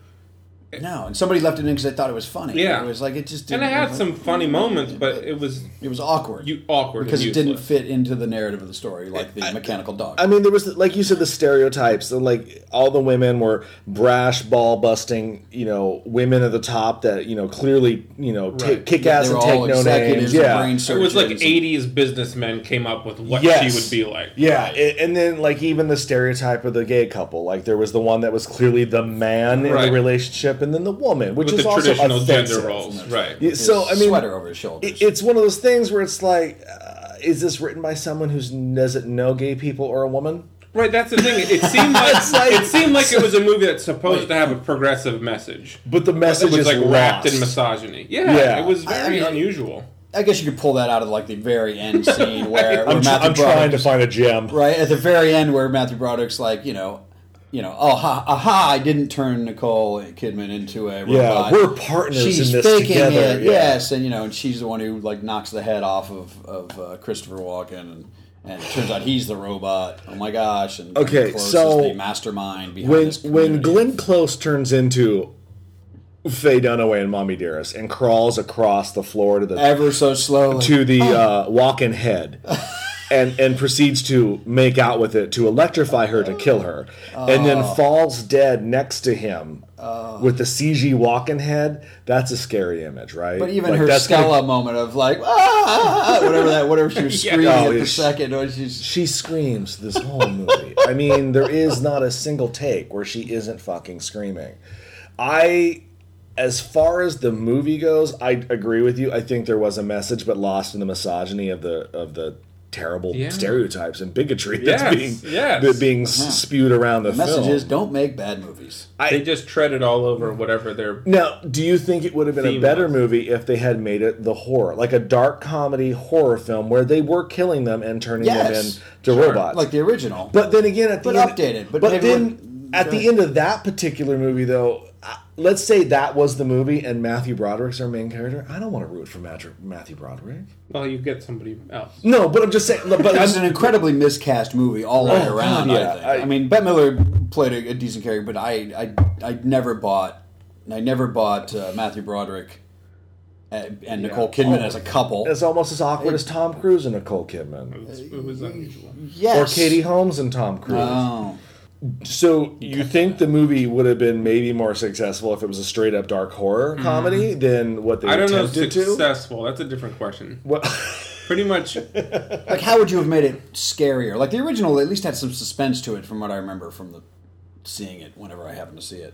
no, and somebody left it in because they thought it was funny. Yeah. it was like it just And didn't, it it had was some like- funny moments, but it was It was awkward. you awkward because and it didn't useless. fit into the narrative of the story, like the mechanical dog. I mean, there was like you said, the stereotypes. So, like all the women were brash, ball busting, you know, women at the top that you know clearly, you know, ta- Right. kick They ass were and all take no names. executives and Yeah, brain It was like surgeons and- 80s businessmen came up with what she would be like. Yeah, a- and then like even the stereotype of the gay couple, like there was the one that was clearly the man in Right. the relationship, and then the woman, which With is the also traditional gender offensive. roles. Right. Yeah, His so I mean, sweater over his shoulders. it- it's one of those things where it's like, uh, is this written by someone who doesn't know gay people or a woman? Right, that's the thing. It seemed like, It's like- it seemed like it was a movie that's supposed to have a progressive message. But the It message is was like wrapped in lost. misogyny. Yeah, Yeah. it was I- I very mean- unusual. I guess you could pull that out of like the very end scene where, where I'm, tr- Matthew I'm trying to Broderick- find a gem. right at the very end where Matthew Broderick's like, you know, you know, oh ha, aha, I didn't turn Nicole Kidman into a Yeah, robot. we're partners She's in this faking together, it, yeah. yes, and you know, and she's the one who like knocks the head off of of uh, Christopher Walken, and, and it turns out he's the robot. Oh my gosh! And Glenn Okay, Close so is the mastermind behind when this when community. Glenn Close turns into Faye Dunaway and Mommy Dearest and crawls across the floor to the ever so slowly to the uh, walk-in head. and and proceeds to make out with it to electrify her to kill her, and Oh. then falls dead next to him with the CG walking head. That's a scary image, right? But even Like, her that's gonna- Stella moment of like ah, whatever that whatever she was Yeah. screaming Oh, at the it's- second, or she's she screams this whole movie. I mean, there is not a single take where she isn't fucking screaming. I, as far as the movie goes, I agree with you. I think there was a message, but lost in the misogyny of the of the terrible Yeah. stereotypes and bigotry Yes, that's being yes. that being s- spewed around the film. messages don't make bad movies. they just treaded all over whatever their Now, do you think it would have been a Theme better was. movie if they had made it the horror, like a dark comedy horror film where they were killing them and turning Yes. them into robots, Like the original, But then again, at the But end, updated, but maybe then with- at the end of that particular movie, though, I- let's say that was the movie and Matthew Broderick's our main character. I don't want to root for Matthew Matthew Broderick. well you get somebody else No, but I'm just saying. But It was I'm, an incredibly miscast movie all the way Oh, around. God, I, yeah. think. I- I, mean, Bette Miller played a, a decent character, but I, I, I never bought, I never bought uh, Matthew Broderick uh, and, and Nicole Kidman as a couple. it's almost Oh. as awkward as Tom Cruise and Nicole Kidman, It's- it was unusual or yes, Katie Holmes and Tom Cruise. Oh, So you think the movie would have been maybe more successful if it was a straight up dark horror Mm-hmm. comedy than what they I don't know attempted to? successful that's a different question Well, pretty much like how would you have made it scarier? Like the original, at least had some suspense to it, from what I remember from the seeing it whenever I happened to see it.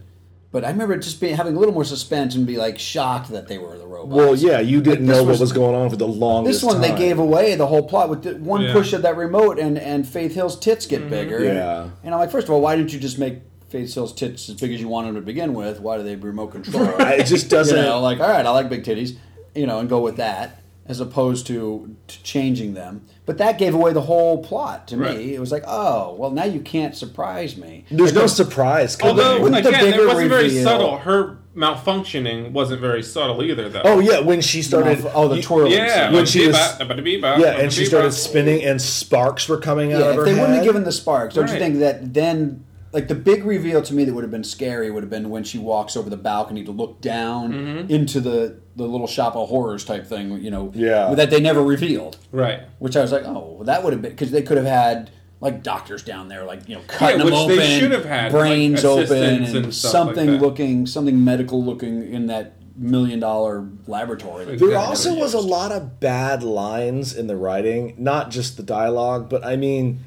But I remember just being having a little more suspense and be like shocked that they were the robots. well, yeah, you didn't this know was- what was going on for the longest. This one they time. gave away the whole plot with the one Yeah. push of that remote and and Faith Hill's tits get bigger. Yeah. And I'm like, first of all, why didn't you just make Faith Hill's tits as big as you wanted them to begin with? Why do they remote control? It just you doesn't. know, like all right, I like big titties, you know, and go with that as opposed to, to changing them. But that gave away the whole plot to Right. me. It was like, oh, well, now you can't surprise me. There's no surprise. coming. although Wouldn't the again it bigger wasn't very reveal- subtle her malfunctioning wasn't very subtle either though oh yeah, when she started, oh, the twirling. yeah scene. when she was- ba-da-bee-ba, yeah, and she ba-da-bee-ba. started spinning, and sparks were coming out Yeah, of her if they wouldn't head. have given the sparks, don't you Right. think that then, like the big reveal to me that would have been scary would have been when she walks over the balcony to look down Mm-hmm. into the the little shop of horrors type thing, you know, Yeah. that they never revealed. right Which I was like, oh, well, that would have been because they could have had like doctors down there, like you know, cutting Yeah, them which open, they should have had, like, brains open, assistants and, and stuff like something that. looking, something medical looking in that million dollar laboratory. that Exactly. There they also never was a used. lot of bad lines in the writing, not just the dialogue, but I mean,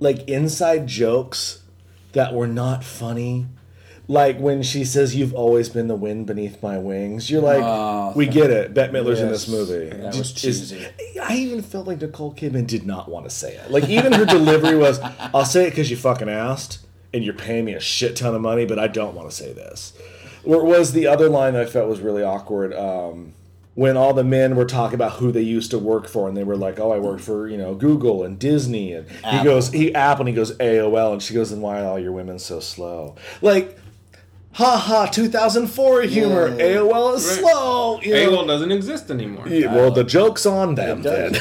like inside jokes that were not funny. Like when she says, "You've always been the wind beneath my wings," you're like, Oh, "We get it." Bette Midler's in Yes. this movie. That J- was just- cheesy. I even felt like Nicole Kidman did not want to say it. Like even her delivery was, "I'll say it because you fucking asked, and you're paying me a shit ton of money, but I don't want to say this." Or was the other line that I felt was really awkward? Um, when all the men were talking about who they used to work for, and they were like, "Oh, I work for you know Google and Disney," and he Apple. goes, "He Apple," and he goes AOL, and she goes, "Then why are all your women so slow?" Like, ha ha, 2004 humor. Yeah. AOL is Right. slow. you know? AOL doesn't exist anymore Yeah, well, the joke's on them does.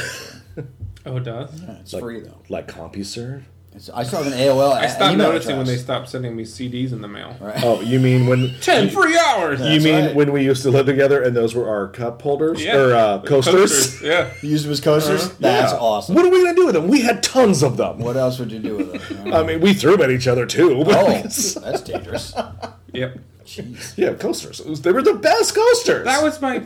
then. oh it does It's like, free though. like CompuServe. It's, I still have an AOL. I stopped email noticing when address. they stopped sending me CDs in the mail Right. Oh, you mean when ten free hours You mean right. when we used to live together and those were our cup holders Yeah. or uh, coasters? Coasters, yeah Use them as coasters? That's Uh-huh. Yeah. awesome. What are we gonna do with them? We had tons of them. What else would you do with them? I mean, we threw them at each other too. but- oh, that's dangerous. yep Jeez. yeah, coasters. It was- they were the best coasters. That was my.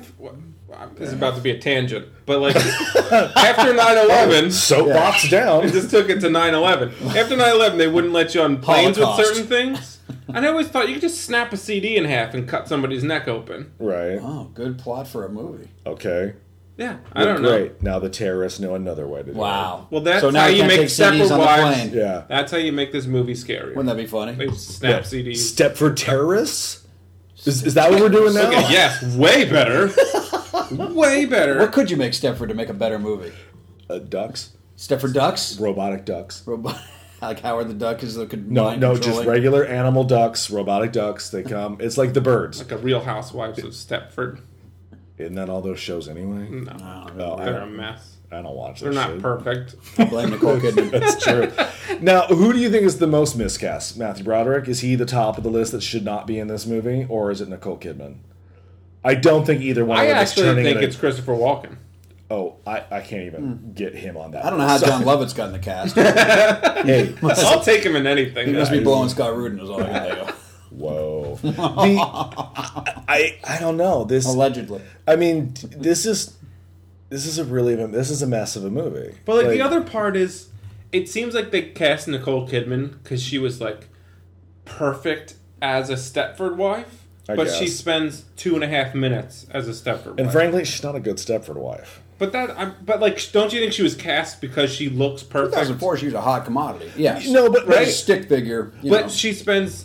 This is about to be a tangent, but like after 9/11, soapbox I down. just took it to 9/11. After 9/11, they wouldn't let you on planes with Holocaust. certain things, and I always thought you could just snap a CD in half and cut somebody's neck open. Right. Oh, good plot for a movie. Okay. Yeah, I don't know. Great. Now the terrorists know another way to do Wow. Well, that's how you can't make take separate CDs on wives. the it. plane. Yeah. That's how you make this movie scary. Wouldn't that be funny? They snap CDs. Stepford terrorists. Is, is that what we're doing now? Okay, Oh, yes, way better. way Where better. could you make Stepford to make a better movie? Uh, ducks. Stepford Ducks? Robotic ducks. Robo- like Howard the Duck is the could No, mind no, just controlling. regular animal ducks, robotic ducks. They come. It's like the birds. Like a Real Housewives of Stepford. Isn't that all those shows anyway? No, No, I, Mm, they're a don't, mess. I don't watch. They're not perfect. Blame Nicole Kidman. That's true. now, who do you think is the most miscast? Matthew Broderick is he the top of the list that should not be in this movie, or is it Nicole Kidman? I don't think either one. I of them is actually turning think it a- it's Christopher Walken. Oh, I, I can't even get him on that. Hmm. I don't know how John Lovett's got in the cast. He Hey, I'll take him in anything. must guys. be blowing Scott Rudin is all I can think of. whoa. The, I I don't know this. Allegedly. I mean, t- this is this is a really this is a mess of a movie. But like, the other part is, it seems like they cast Nicole Kidman because she was like perfect as a Stepford wife, I but guess. she spends two and a half minutes as a Stepford. and wife. frankly, she's not a good Stepford wife. but that, I'm, but like, don't you think she was cast because she looks perfect? 2004, she was a hot commodity. Yes. No, but Right? right. Stick figure. You But know. she spends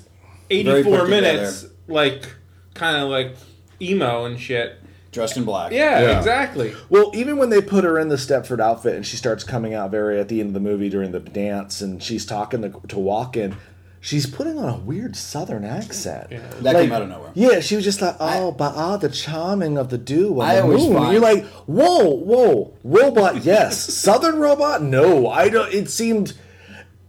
Very put eighty-four together. minutes, like, kind of like emo and shit. dressed in black. Yeah, Yeah. exactly. Well, even when they put her in the Stepford outfit and she starts coming out very at the end of the movie during the dance and she's talking to, to Walken, she's putting on a weird Southern accent. That came out of nowhere. Yeah, she was just like, oh, by all the charming of the dew on I the always moon. find- You're like, whoa, whoa, robot, yes. Southern robot, no. I don't, it seemed,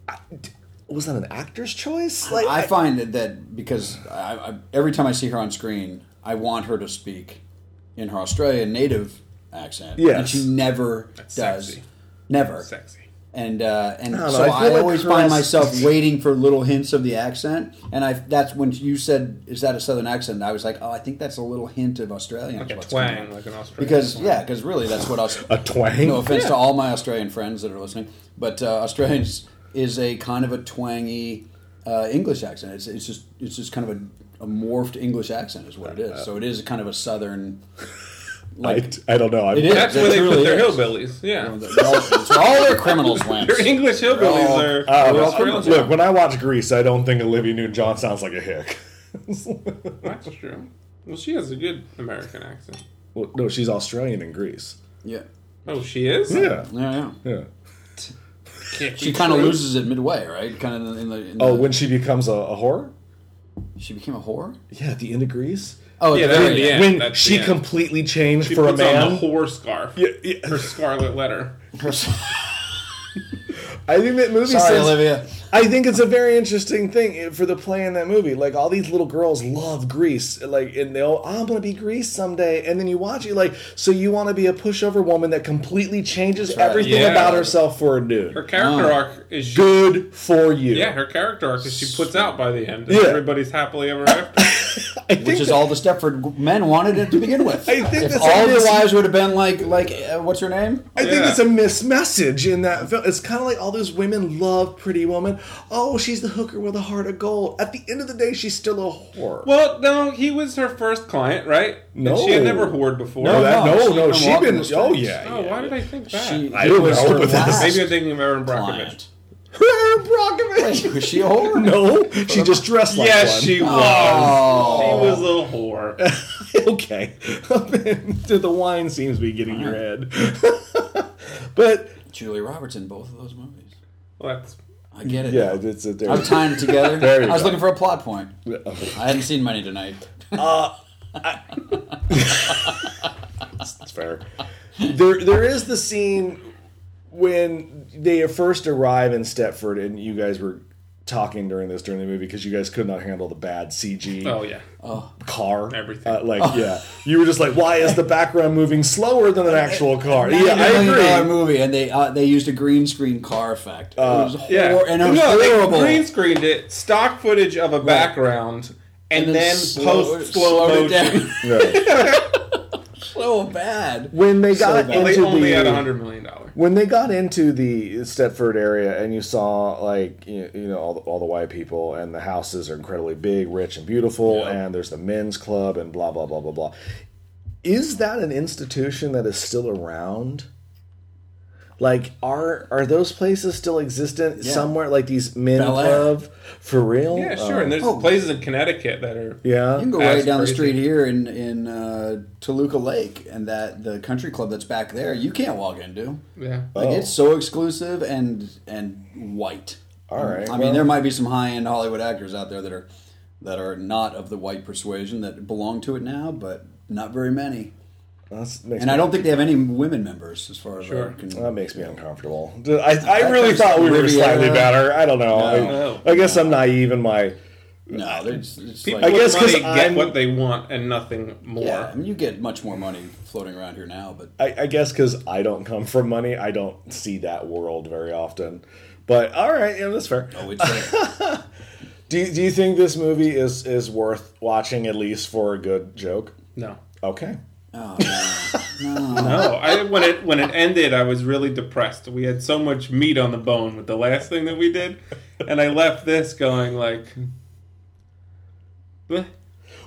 I- d- was that an actor's choice? Like, I find that, that because I, I, every time I see her on screen, I want her to speak in her Australian native accent. And Yes. she never does. sexy. Never. Sexy. And uh, and don't know, so I I, feel like always her find Aus- myself waiting for little hints of the accent. And I that's when you said, "Is that a southern accent?" I was like, "Oh, I think that's a little hint of Australian." is Like a what's going twang, on." like an Australian. Because twang. yeah, because really, that's what Aus- a twang? No offense to all my Australian friends that are listening, but uh, Australians is a kind of a twangy uh, English accent. It's, it's just it's just kind of a, a morphed English accent is what it is. So it is kind of a southern. I, Like I don't know. I'm, Um, It is. that's that where they really put their is. hillbillies. Yeah, they're all, it's all their criminals went. their English hillbillies all- are. Uh, are well, Australians. look, when I watch Grease, I don't think Olivia Newton-John sounds like a hick. That's true. Well, she has a good American accent. Well, no, she's Australian in Greece. Yeah, Oh, she is. Yeah, yeah, yeah. yeah. Can't She be kind of true. loses it midway, right? Kind of in the. In the Oh, when she becomes a, a whore? she became a whore. Yeah, at the end of Greece. Oh, Yeah, at the that- very yeah. end. when that's she the end. completely changed She for a puts on the man. whore scarf. Yeah, yeah. Her scarlet letter. I think that movie Sorry, says- Olivia. I think it's a very interesting thing eh, for the play in that movie. Like all these little girls love Greece, like and they'll I'm gonna be Greece someday. And then you watch it, like so you want to be a pushover woman that completely changes right. everything Yeah. about herself for a dude. Ah. Her character arc is she, Good for you. yeah. Her character arc is she puts out by the end. and Yeah. Everybody's happily ever after. I think Which is that- all the Stepford men wanted it to begin with. I think if that's all a the mis- wives would have been like, like, uh, what's her name? I think Yeah. it's a missed message in that film. It's kind of like all those women love Pretty Woman. Oh, she's the hooker with a heart of gold. At the end of the day, she's still a whore. well, no, he was her first client, right? No. and she had never whored before. no, that, no, no, she's no, she been walking been. the streets. Oh yeah. Oh, why did I think that? She I don't it was know, her but that's- last Maybe I'm thinking of Aaron Brockovich. client. Her Brockovich. Was she a whore? No, she just dressed like Yes, one. she was. Oh. She was a whore. okay. the wine seems to be getting your Uh-huh. head. but Julie Roberts in both of those movies. Well, that's I get it. yeah, it's a I'm tying it together. There you I was go. looking for a plot point. I hadn't seen Money Tonight. That's fair. There, there is the scene when they first arrive in Stepford, and you guys were talking during this during the movie because you guys could not handle the bad CG oh yeah. car. Everything. Uh, like, yeah, you were just like, why is the background moving slower than an actual car? Yeah, I Million dollar agree. movie, and they uh, they used a green screen car effect. it was hor- Yeah, and it was no, they horrible. green screened it, stock footage of a background, and, And then, slow- post slow slowed it motion. down. No. so bad. When they So got bad. into They only the, had a hundred million dollars. when they got into the Stepford area and you saw like you you know all the, all the white people and the houses are incredibly big, rich and beautiful, and there's the men's club and blah blah blah blah blah. Is that an institution that is still around? Like are are those places still existent somewhere? Like these men Bel Air. club for real? Yeah, sure. Uh, and there's oh. places in Connecticut that are. yeah. You can go That's right down crazy. the street here in in uh, Toluca Lake, and that the country club that's back there, you can't walk into. Yeah. Like Oh. it's so exclusive and and white. All right, I well- mean, there might be some high end Hollywood actors out there that are that are not of the white persuasion that belong to it now, but not very many. That's, makes And me, I don't think they have any women members as far as Sure. I can. that makes me uncomfortable. I, I really comes thought we were Riviera. slightly better. I don't know. No. I, I guess I'm naive in my No, they're just, it's People like, I guess with money 'cause get I'm- what they want and nothing more. yeah, I mean, you get much more money floating around here now, but I, I guess because I don't come from money, I don't see that world very often. But all right, yeah, that's fair. oh, it's there. Do you, do you think this movie is is worth watching at least for a good joke? No. Okay. No, I when it when it ended, I was really depressed. We had so much meat on the bone with the last thing that we did, and I left this going like, "Bleh."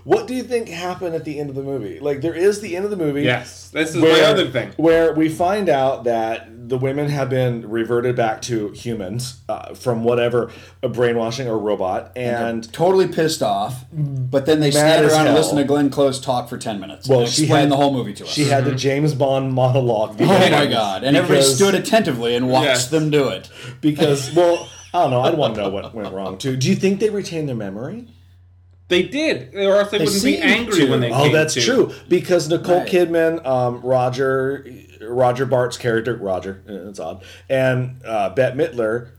What do you think happened at the end of the movie? Like there is the end of the movie. yes, this is my other thing. Where we find out that the women have been reverted back to humans uh, from whatever a brainwashing or robot, and totally pissed off. But then they Mad stand as around and hell. listen to Glenn Close talk for ten minutes. Well, and she explain had- the whole movie to us. she had the James Bond monologue. Mm-hmm. oh my god! And everybody Because- stood attentively and watched Yes. them do it. because well, I don't know. I'd want to know what went wrong too. Do you think they retain their memory? They did, or else they, wouldn't be seemed angry to. when they. Oh, came that's to. true. Because Nicole Right. Kidman, um, Roger, Roger Bart's character, Roger, eh, it's odd, and uh, Bette Midler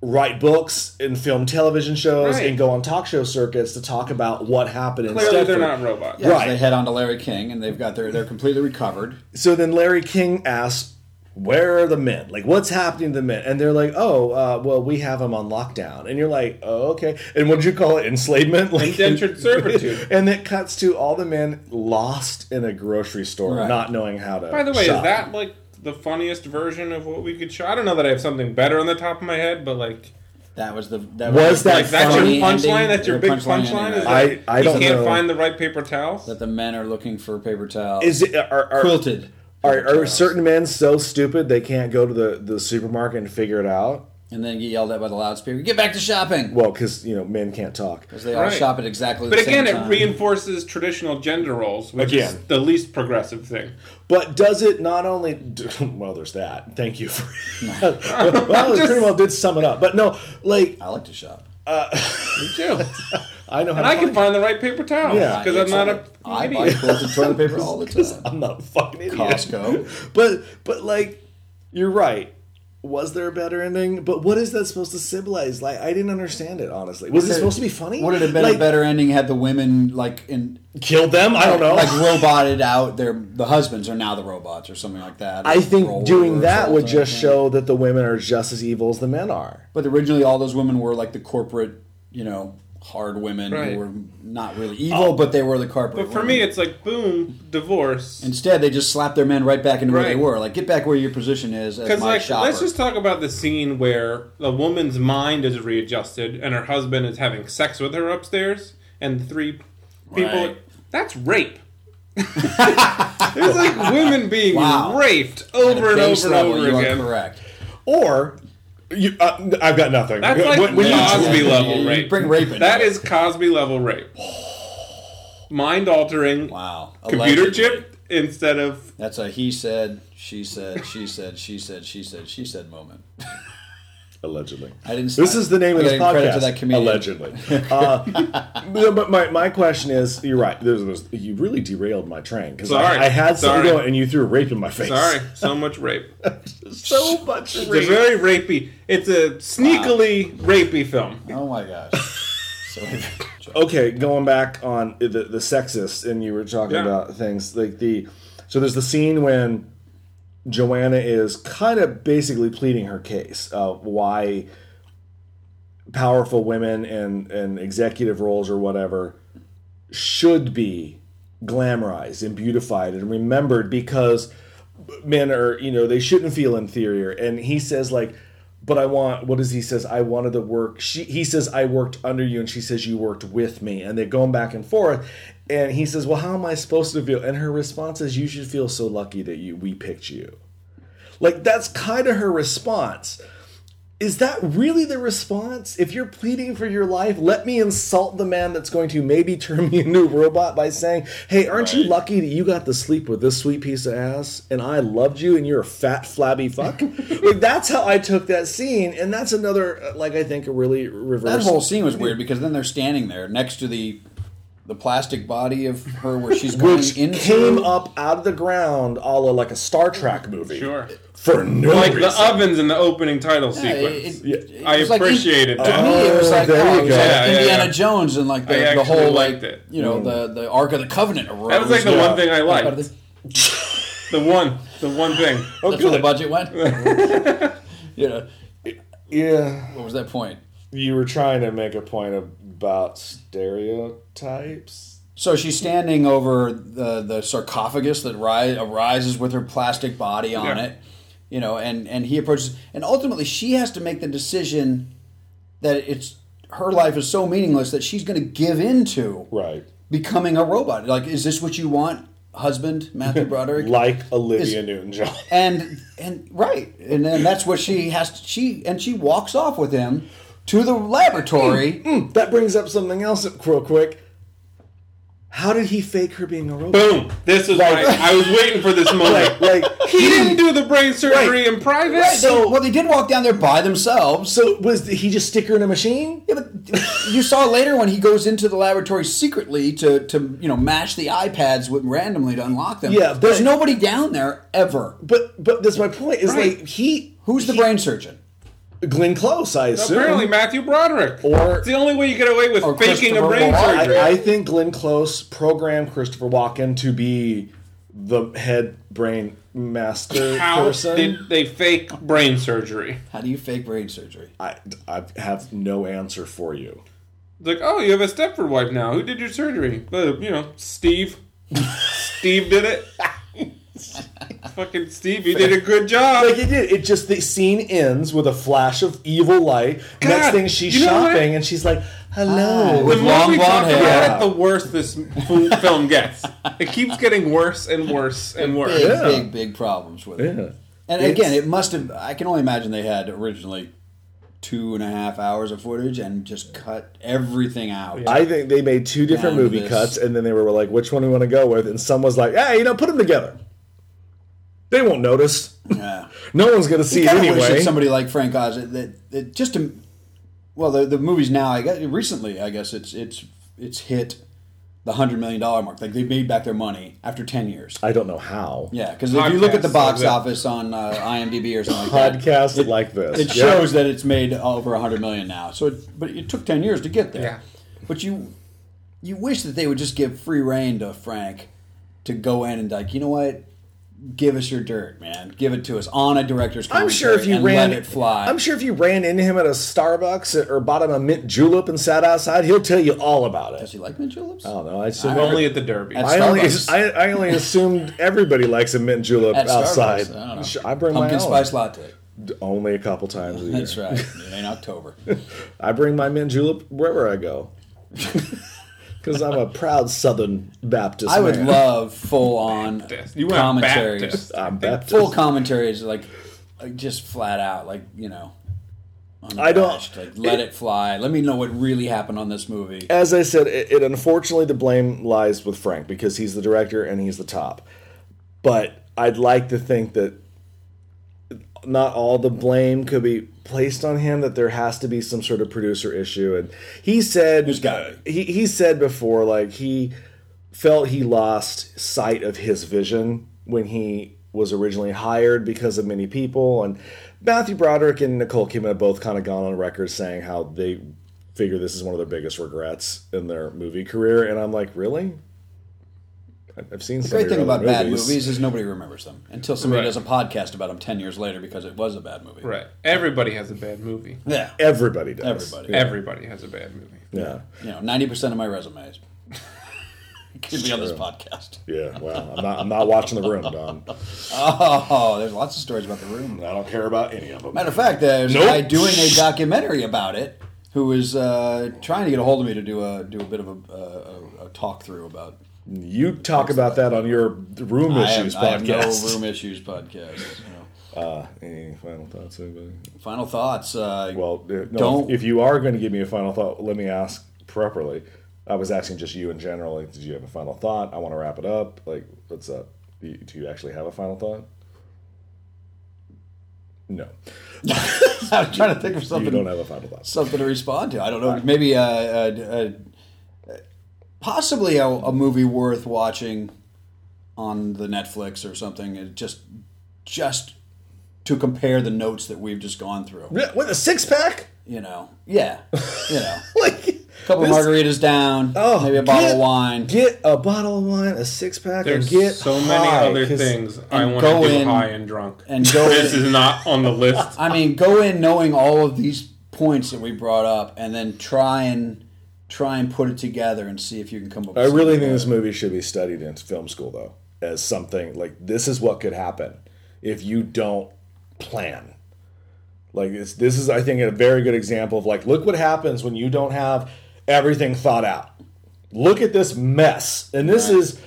write books and film television shows Right. and go on talk show circuits to talk about what happened in Clearly, they're Stepford. not robots. Yeah, so Right. They head on to Larry King, and they've got their they're completely recovered. So then Larry King asks, "Where are the men? Like, what's happening to the men?" And they're like, "Oh, uh, well, we have them on lockdown." And you're like, "Oh, okay." And what did you call it? Enslavement, like Indentured servitude. and it cuts to all the men lost in a grocery store, Right. not knowing how to. By the way, shop. is that like the funniest version of what we could show? I don't know that I have something better on the top of my head, but like, That was the that Was was the that like that's your funny punchline. ending- That's your the big punchline punchline. ending, Is right? I- that I you don't can't know. find the right paper towels. that the men are looking for paper towels. Is it are, are, quilted? Are, paper are towels. certain men so stupid they can't go to the, the supermarket and figure it out? and then get yelled at by the loudspeaker. Get back to shopping. Well, because you know men can't talk. Because they all Right. shop at exactly But the same again, time. it reinforces traditional gender roles, which is Again. the least progressive thing. But does it not only? Well, there's that. Thank you for. well, it pretty well did sum it up. But no, like I like to shop. Me too. I know how to And I can find- find the right paper towels Yeah. because I'm It's not like- a I buy idiot. quilted toilet paper all the time. I'm not a fucking idiot. Costco. but but like, you're right. Was there a better ending? But what is that supposed to symbolize? Like, I didn't understand it honestly. Was it supposed to be funny? Would it have been like, a better ending had the women like in Killed them? I don't know. like roboted out? Their the husbands are now the robots or something like that. I Or think role doing reversal that or would just something. show that the women are just as evil as the men are. But originally, all those women were like the corporate, you know, hard women Right. Oh. who were not really evil, but they were the corporate. But for women. me, it's like boom, divorce. Instead, they just slapped their men right back into where they Right. were. Like, get back where your position is as Because my like, shopper. let's just talk about the scene where the woman's mind is readjusted and her husband is having sex with her upstairs, and the three people. Right. That's rape. There's like women being Wow. raped At a over and base over and level, over you again. Are correct. Or, you, uh, I've got nothing. That's like When- when you- Cosby Yeah, yeah, level yeah, you rape. Bring rape in. That is Cosby level rape. Mind altering. wow. Computer Allegedly. chip instead of That's a he said, she said, she said, she said, she said, she said moment. Allegedly. I didn't. This is the name I of this gotta give credit podcast. to that comedian. Allegedly. Uh, no, but my, my question is, you're right. This was, you really derailed my train because Sorry. I, I had something Sorry. going and you threw rape in my face. sorry, so much rape. so much It's a rape. very rapey. It's a sneakily rapey film. Oh my gosh. So Okay, going back on the the sexist, and you were talking Yeah. about things like the. So there's the scene when Joanna is kind of basically pleading her case of why powerful women and and executive roles or whatever should be glamorized and beautified and remembered because men are you know they shouldn't feel inferior and he says like but i want what does he says i wanted to work she he says i worked under you and she says you worked with me and they're going back and forth and he says well how am i supposed to feel and her response is you should feel so lucky that you we picked you like that's kind of her response is that really the response? If you're pleading for your life, let me insult the man that's going to maybe turn me into a robot by saying, Hey, aren't you Right. lucky that you got to sleep with this sweet piece of ass and I loved you and you're a fat, flabby fuck? like, that's how I took that scene. And that's another, uh, like, I think a really reverse. that whole scene was weird because then they're standing there next to the the plastic body of her where she's going which into came up out of the ground, a la like a Star Trek movie. Sure. For no Like reason. the ovens in the opening title Yeah, it- sequence. it- it I was like- appreciated to that. me, it was Oh, like, there oh, you it was go. like Yeah, yeah, Indiana yeah. Jones and like I the, the actually whole liked like it. you know the the Ark of the Covenant. Arose. That was like the Mm. Yeah. one thing I Out liked. of the- The one. The one thing. That's where the good. budget went. you know, yeah. what was that point? You were trying to make a point about stereotypes. So she's standing over the, the sarcophagus that ri- arises with her plastic body on Yeah. it, you know, and, and he approaches, and ultimately she has to make the decision that it's her life is so meaningless that she's going to give in to Right. becoming a robot. Like, is this what you want, husband Matthew Broderick? Like Olivia Is- Newton John. and and right, and then that's what she has. To, she and she walks off with him to the laboratory. That brings up something else real quick. How did he fake her being a robot? Boom. This is Like- like, I was waiting for this moment. Like, like he didn't do the brain surgery Right. in private. so well, they did walk down there by themselves. so was he just stick her in a machine? Yeah, but you saw later when he goes into the laboratory secretly to, to you know mash the iPads with randomly to unlock them. Yeah, but- there's nobody down there ever. But but that's my point. Is Right. like he Who's the brain surgeon? Glenn Close, I assume. Apparently, Matthew Broderick. Or- it's the only way you get away with Or faking a Christopher brain Walken. surgery. I, I think Glenn Close programmed Christopher Walken to be the head brain master How person. did they fake brain surgery? How do you fake brain surgery? I, I have no answer for you. It's like, oh, you have a Stepford wife now. Who did your surgery? Uh, you know, Steve. Steve did it. Fucking Steve, you did a good job. Like it did. It just the scene ends with a flash of evil light. Next God, thing she's you know what? shopping and she's like, "Hello." the with more long we talk blonde hair. about it, the worse this fo- film gets. It keeps getting worse and worse and worse. Big, Yeah. big, big problems with it. Yeah. And It's- again, it must have. I can only imagine they had originally two and a half hours of footage and just cut everything out. I think they made two different Down to movie this. cuts, and then they were like, "Which one do we want to go with?" And some was like, "Hey, you know, put them together. They won't notice. Yeah. No one's gonna see it Kinda wish that anyway." somebody like Frank Oz that, that, that just to, well the the movies now I guess recently I guess it's it's it's hit the hundred million dollar mark like they made back their money after ten years. I don't know how. Yeah, because if you look at the Podcasts, like box that. office on uh, IMDb or something like that, Podcast like this. it Yeah. shows that it's made over a hundred million now. So, it, but it took ten years to get there. Yeah. But you you wish that they would just give free reign to Frank to go in and like you know what. Give us your dirt, man. Give it to us on a director's. I'm sure if commentary you and ran, let it fly. I'm sure if you ran into him at a Starbucks or bought him a mint julep and sat outside, he'll tell you all about Do it. you like mint juleps? I don't know. I assume Only at the Derby. That's- I only, Starbucks. I, I only assumed everybody likes a mint julep At Starbucks, outside. I don't know. Sure, I bring Pumpkin my own. spice latte. only a couple times a year. That's right. It ain't October. I bring my mint julep wherever I go. Because I'm a proud Southern Baptist. I would man. love full on You went commentaries. Baptist. I'm Baptist. Full commentaries like, like just flat out like you know. I don't- unabashed, like let it, fly. Let me know what really happened on this movie. As I said, it, it unfortunately the blame lies with Frank because he's the director and he's the top. But I'd like to think that not all the blame could be placed on him. That there has to be some sort of producer issue. And he said, There's gotta he he said before, like he felt he lost sight of his vision when he was originally hired because of many people. And Matthew Broderick and Nicole Kidman have both kind of gone on record saying how they figure this is one of their biggest regrets in their movie career. And I'm like, really? I- I've seen some Great of thing your about other bad movies is nobody remembers them until somebody Right. does a podcast about them ten years later because it was a bad movie. Right. Everybody has a bad movie. Yeah. Everybody does. Everybody. Everybody has a bad movie. Yeah. You know, ninety percent of my resumes could be on this podcast. Yeah. Well, I'm not. I'm not watching the room, Don. Oh, there's lots of stories about the room. I don't care about any of them. Matter of fact, there's Nope. a guy doing a documentary about it who was uh, trying to get a hold of me to do a do a bit of a, a, a, a talk through about You talk about that on your room I have- issues I have, podcast. no room issues podcast. you know. Uh, any final thoughts, anybody? Final thoughts. Uh, Well, uh, no, Don't- If you are going to give me a final thought, let me ask properly. I was asking just you in general. Like, did you have a final thought? I want to wrap it up. Like, what's up? Do you, do you actually have a final thought? No, I'm trying to think of you something don't have a final thought. something to respond to. I don't know. Maybe uh, uh, uh, possibly a, a movie worth watching on the Netflix or something. It just just to compare the notes that we've just gone through. Yeah, With a six pack? You know, yeah, you know, Like a couple this- Oh, margaritas down, maybe a bottle get- of wine. Get a bottle of wine, a six pack, and There's get so many high, other 'cause things I and want go to do in high and drunk. and go this in- is not on the list. I mean, go in knowing all of these points that we brought up, and then try and try and put it together and see if you can come up. I with really something. think this movie should be studied in film school though, as something like this is what could happen if you don't plan. Like this, this is I think a very good example of like look what happens when you don't have everything thought out. Look at this mess, and this is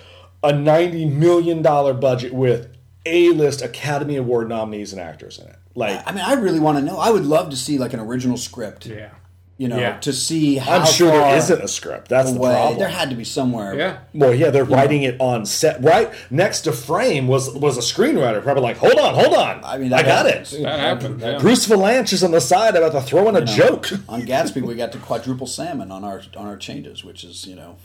a ninety million dollar budget with A list Academy Award nominees and actors in it. Like I mean, I really want to know. I would love to see like an original script. Yeah. You know, Yeah. to see how I'm sure far there isn't a script. That's the away- problem. There had to be somewhere. Yeah. Well, yeah, they're writing it on set. Right next to frame was was a screenwriter, probably like, hold on, hold on, I I mean, I that got happens. it. That happened. yeah. Bruce Valanche is on the side about to throw in a joke. On Gatsby, we got to quadruple salmon on our on our changes, which is you know,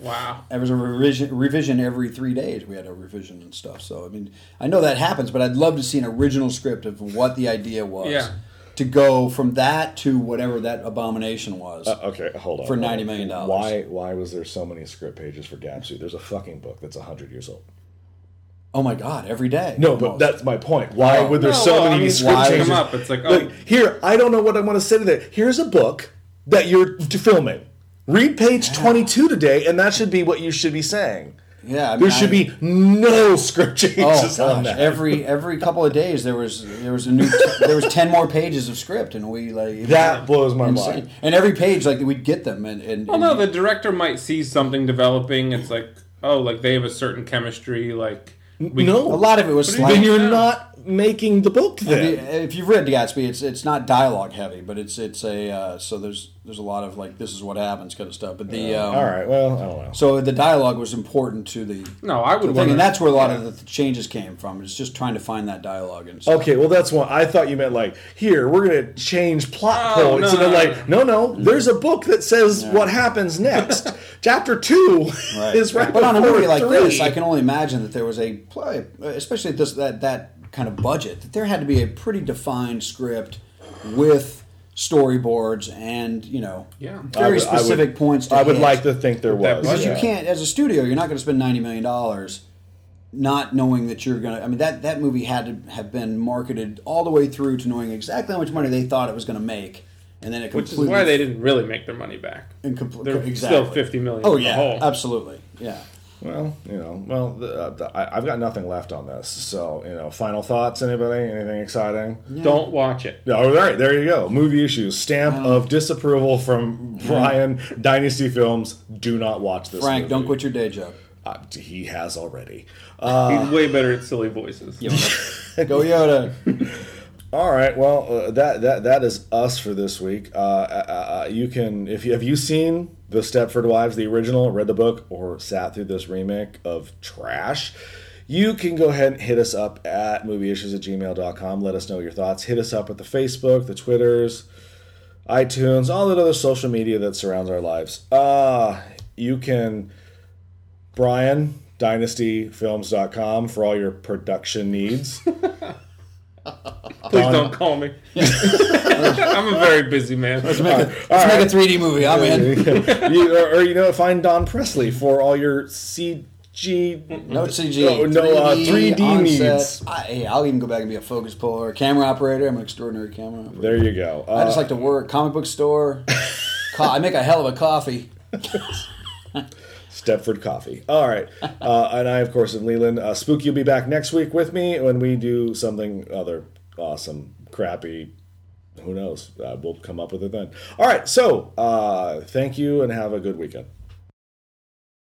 Wow. it was a revision revision every three days. We had a revision and stuff. So I mean, I know that happens, but I'd love to see an original script of what the idea was. Yeah. To go from that to whatever that abomination was. Okay, hold on. For hold $90 on. million. Why why was there so many script pages for Gatsby? There's a fucking book that's hundred years old. oh my God! Every day. No, but almost. that's my point. Why Oh. would there No, so well, I many mean, script why- pages? Come up, it's like, oh. here, I don't know what I want to say to that. Here's a book that you're t- filming. Read page 22 today, and that should be what you should be saying. yeah. I mean, There should I- be no script Oh changes on gosh! that. Every every couple of days there was there was a new there was ten more pages of script, and we like That blows my insane. mind. Oh, And every page like we'd get them, and and, Well, no, the director might see something developing. It's like, oh, like they have a certain chemistry. Like, we, a no, lot of it was do you slang. then you're Yeah. not making the book then. if you've read Gatsby, it's it's not dialogue heavy, but it's it's a uh, so there's there's a lot of like this is what happens kind of stuff. But the um, All right, well, I don't know. so the dialogue was important to the No, I would thing, want and that's where a lot of the changes came from. It's just trying to find that dialogue and stuff. Okay, well, that's one. I thought you meant like here we're gonna change plot Oh, points, and no, no, they're like, no, no, there's a book that says what happens next. Chapter two is right. But on a before movie like three. this, I can only imagine that there was a play, especially at this that that kind of budget, that there had to be a pretty defined script with storyboards and you know Yeah. I very would- I would- specific points. To I would hit. like to think there That was. budget. because yeah. you can't as a studio, you're not going to spend ninety million dollars. Not knowing that you're gonna, I mean that that movie had to have been marketed all the way through to knowing exactly how much money they thought it was going to make, and then it which is completely why they didn't really make their money back. and compl- They're exactly. still fifty million. Oh in the yeah, hole. absolutely, yeah. Well, you know, well, the, uh, the, I, I've got nothing left on this. So, you know, final thoughts, anybody? Anything exciting? Don't watch it. Yeah, all right, there you go. Movie issues. Stamp Um, of disapproval from Brian Dynasty Films. Do not watch this. Frank, movie. don't quit your day job. Uh, he has already. Uh, He's way better at silly voices. Go Yoda. All right. Well, uh, that that that is us for this week. Uh, uh, uh, you can if you have you seen the Stepford Wives, the original, read the book, or sat through this remake of trash. You can go ahead and hit us up at movieissues at gmail.com. Let us know your thoughts. Hit us up with the Facebook, the Twitters, iTunes, all that other social media that surrounds our lives. Uh, you can, Brian, dynastyfilms.com for all your production needs. Please don't call me. I'm a very busy man. Let's make a 3D movie. I'm in. you, or, or you know, find Don Presley for all your CG. No CG. No, no, uh, 3D on needs. set. I, hey, I'll even go back and be a focus puller, a camera operator. I'm an extraordinary camera operator. There you go. I just Uh, like to work. Comic book store. Co- I make a hell of a coffee. Stepford Coffee. All right, uh, and I of course am Leland. Uh, Spooky will be back next week with me when we do something other awesome, crappy. Who knows? Uh, we'll come up with it then. All right. So uh, thank you and have a good weekend.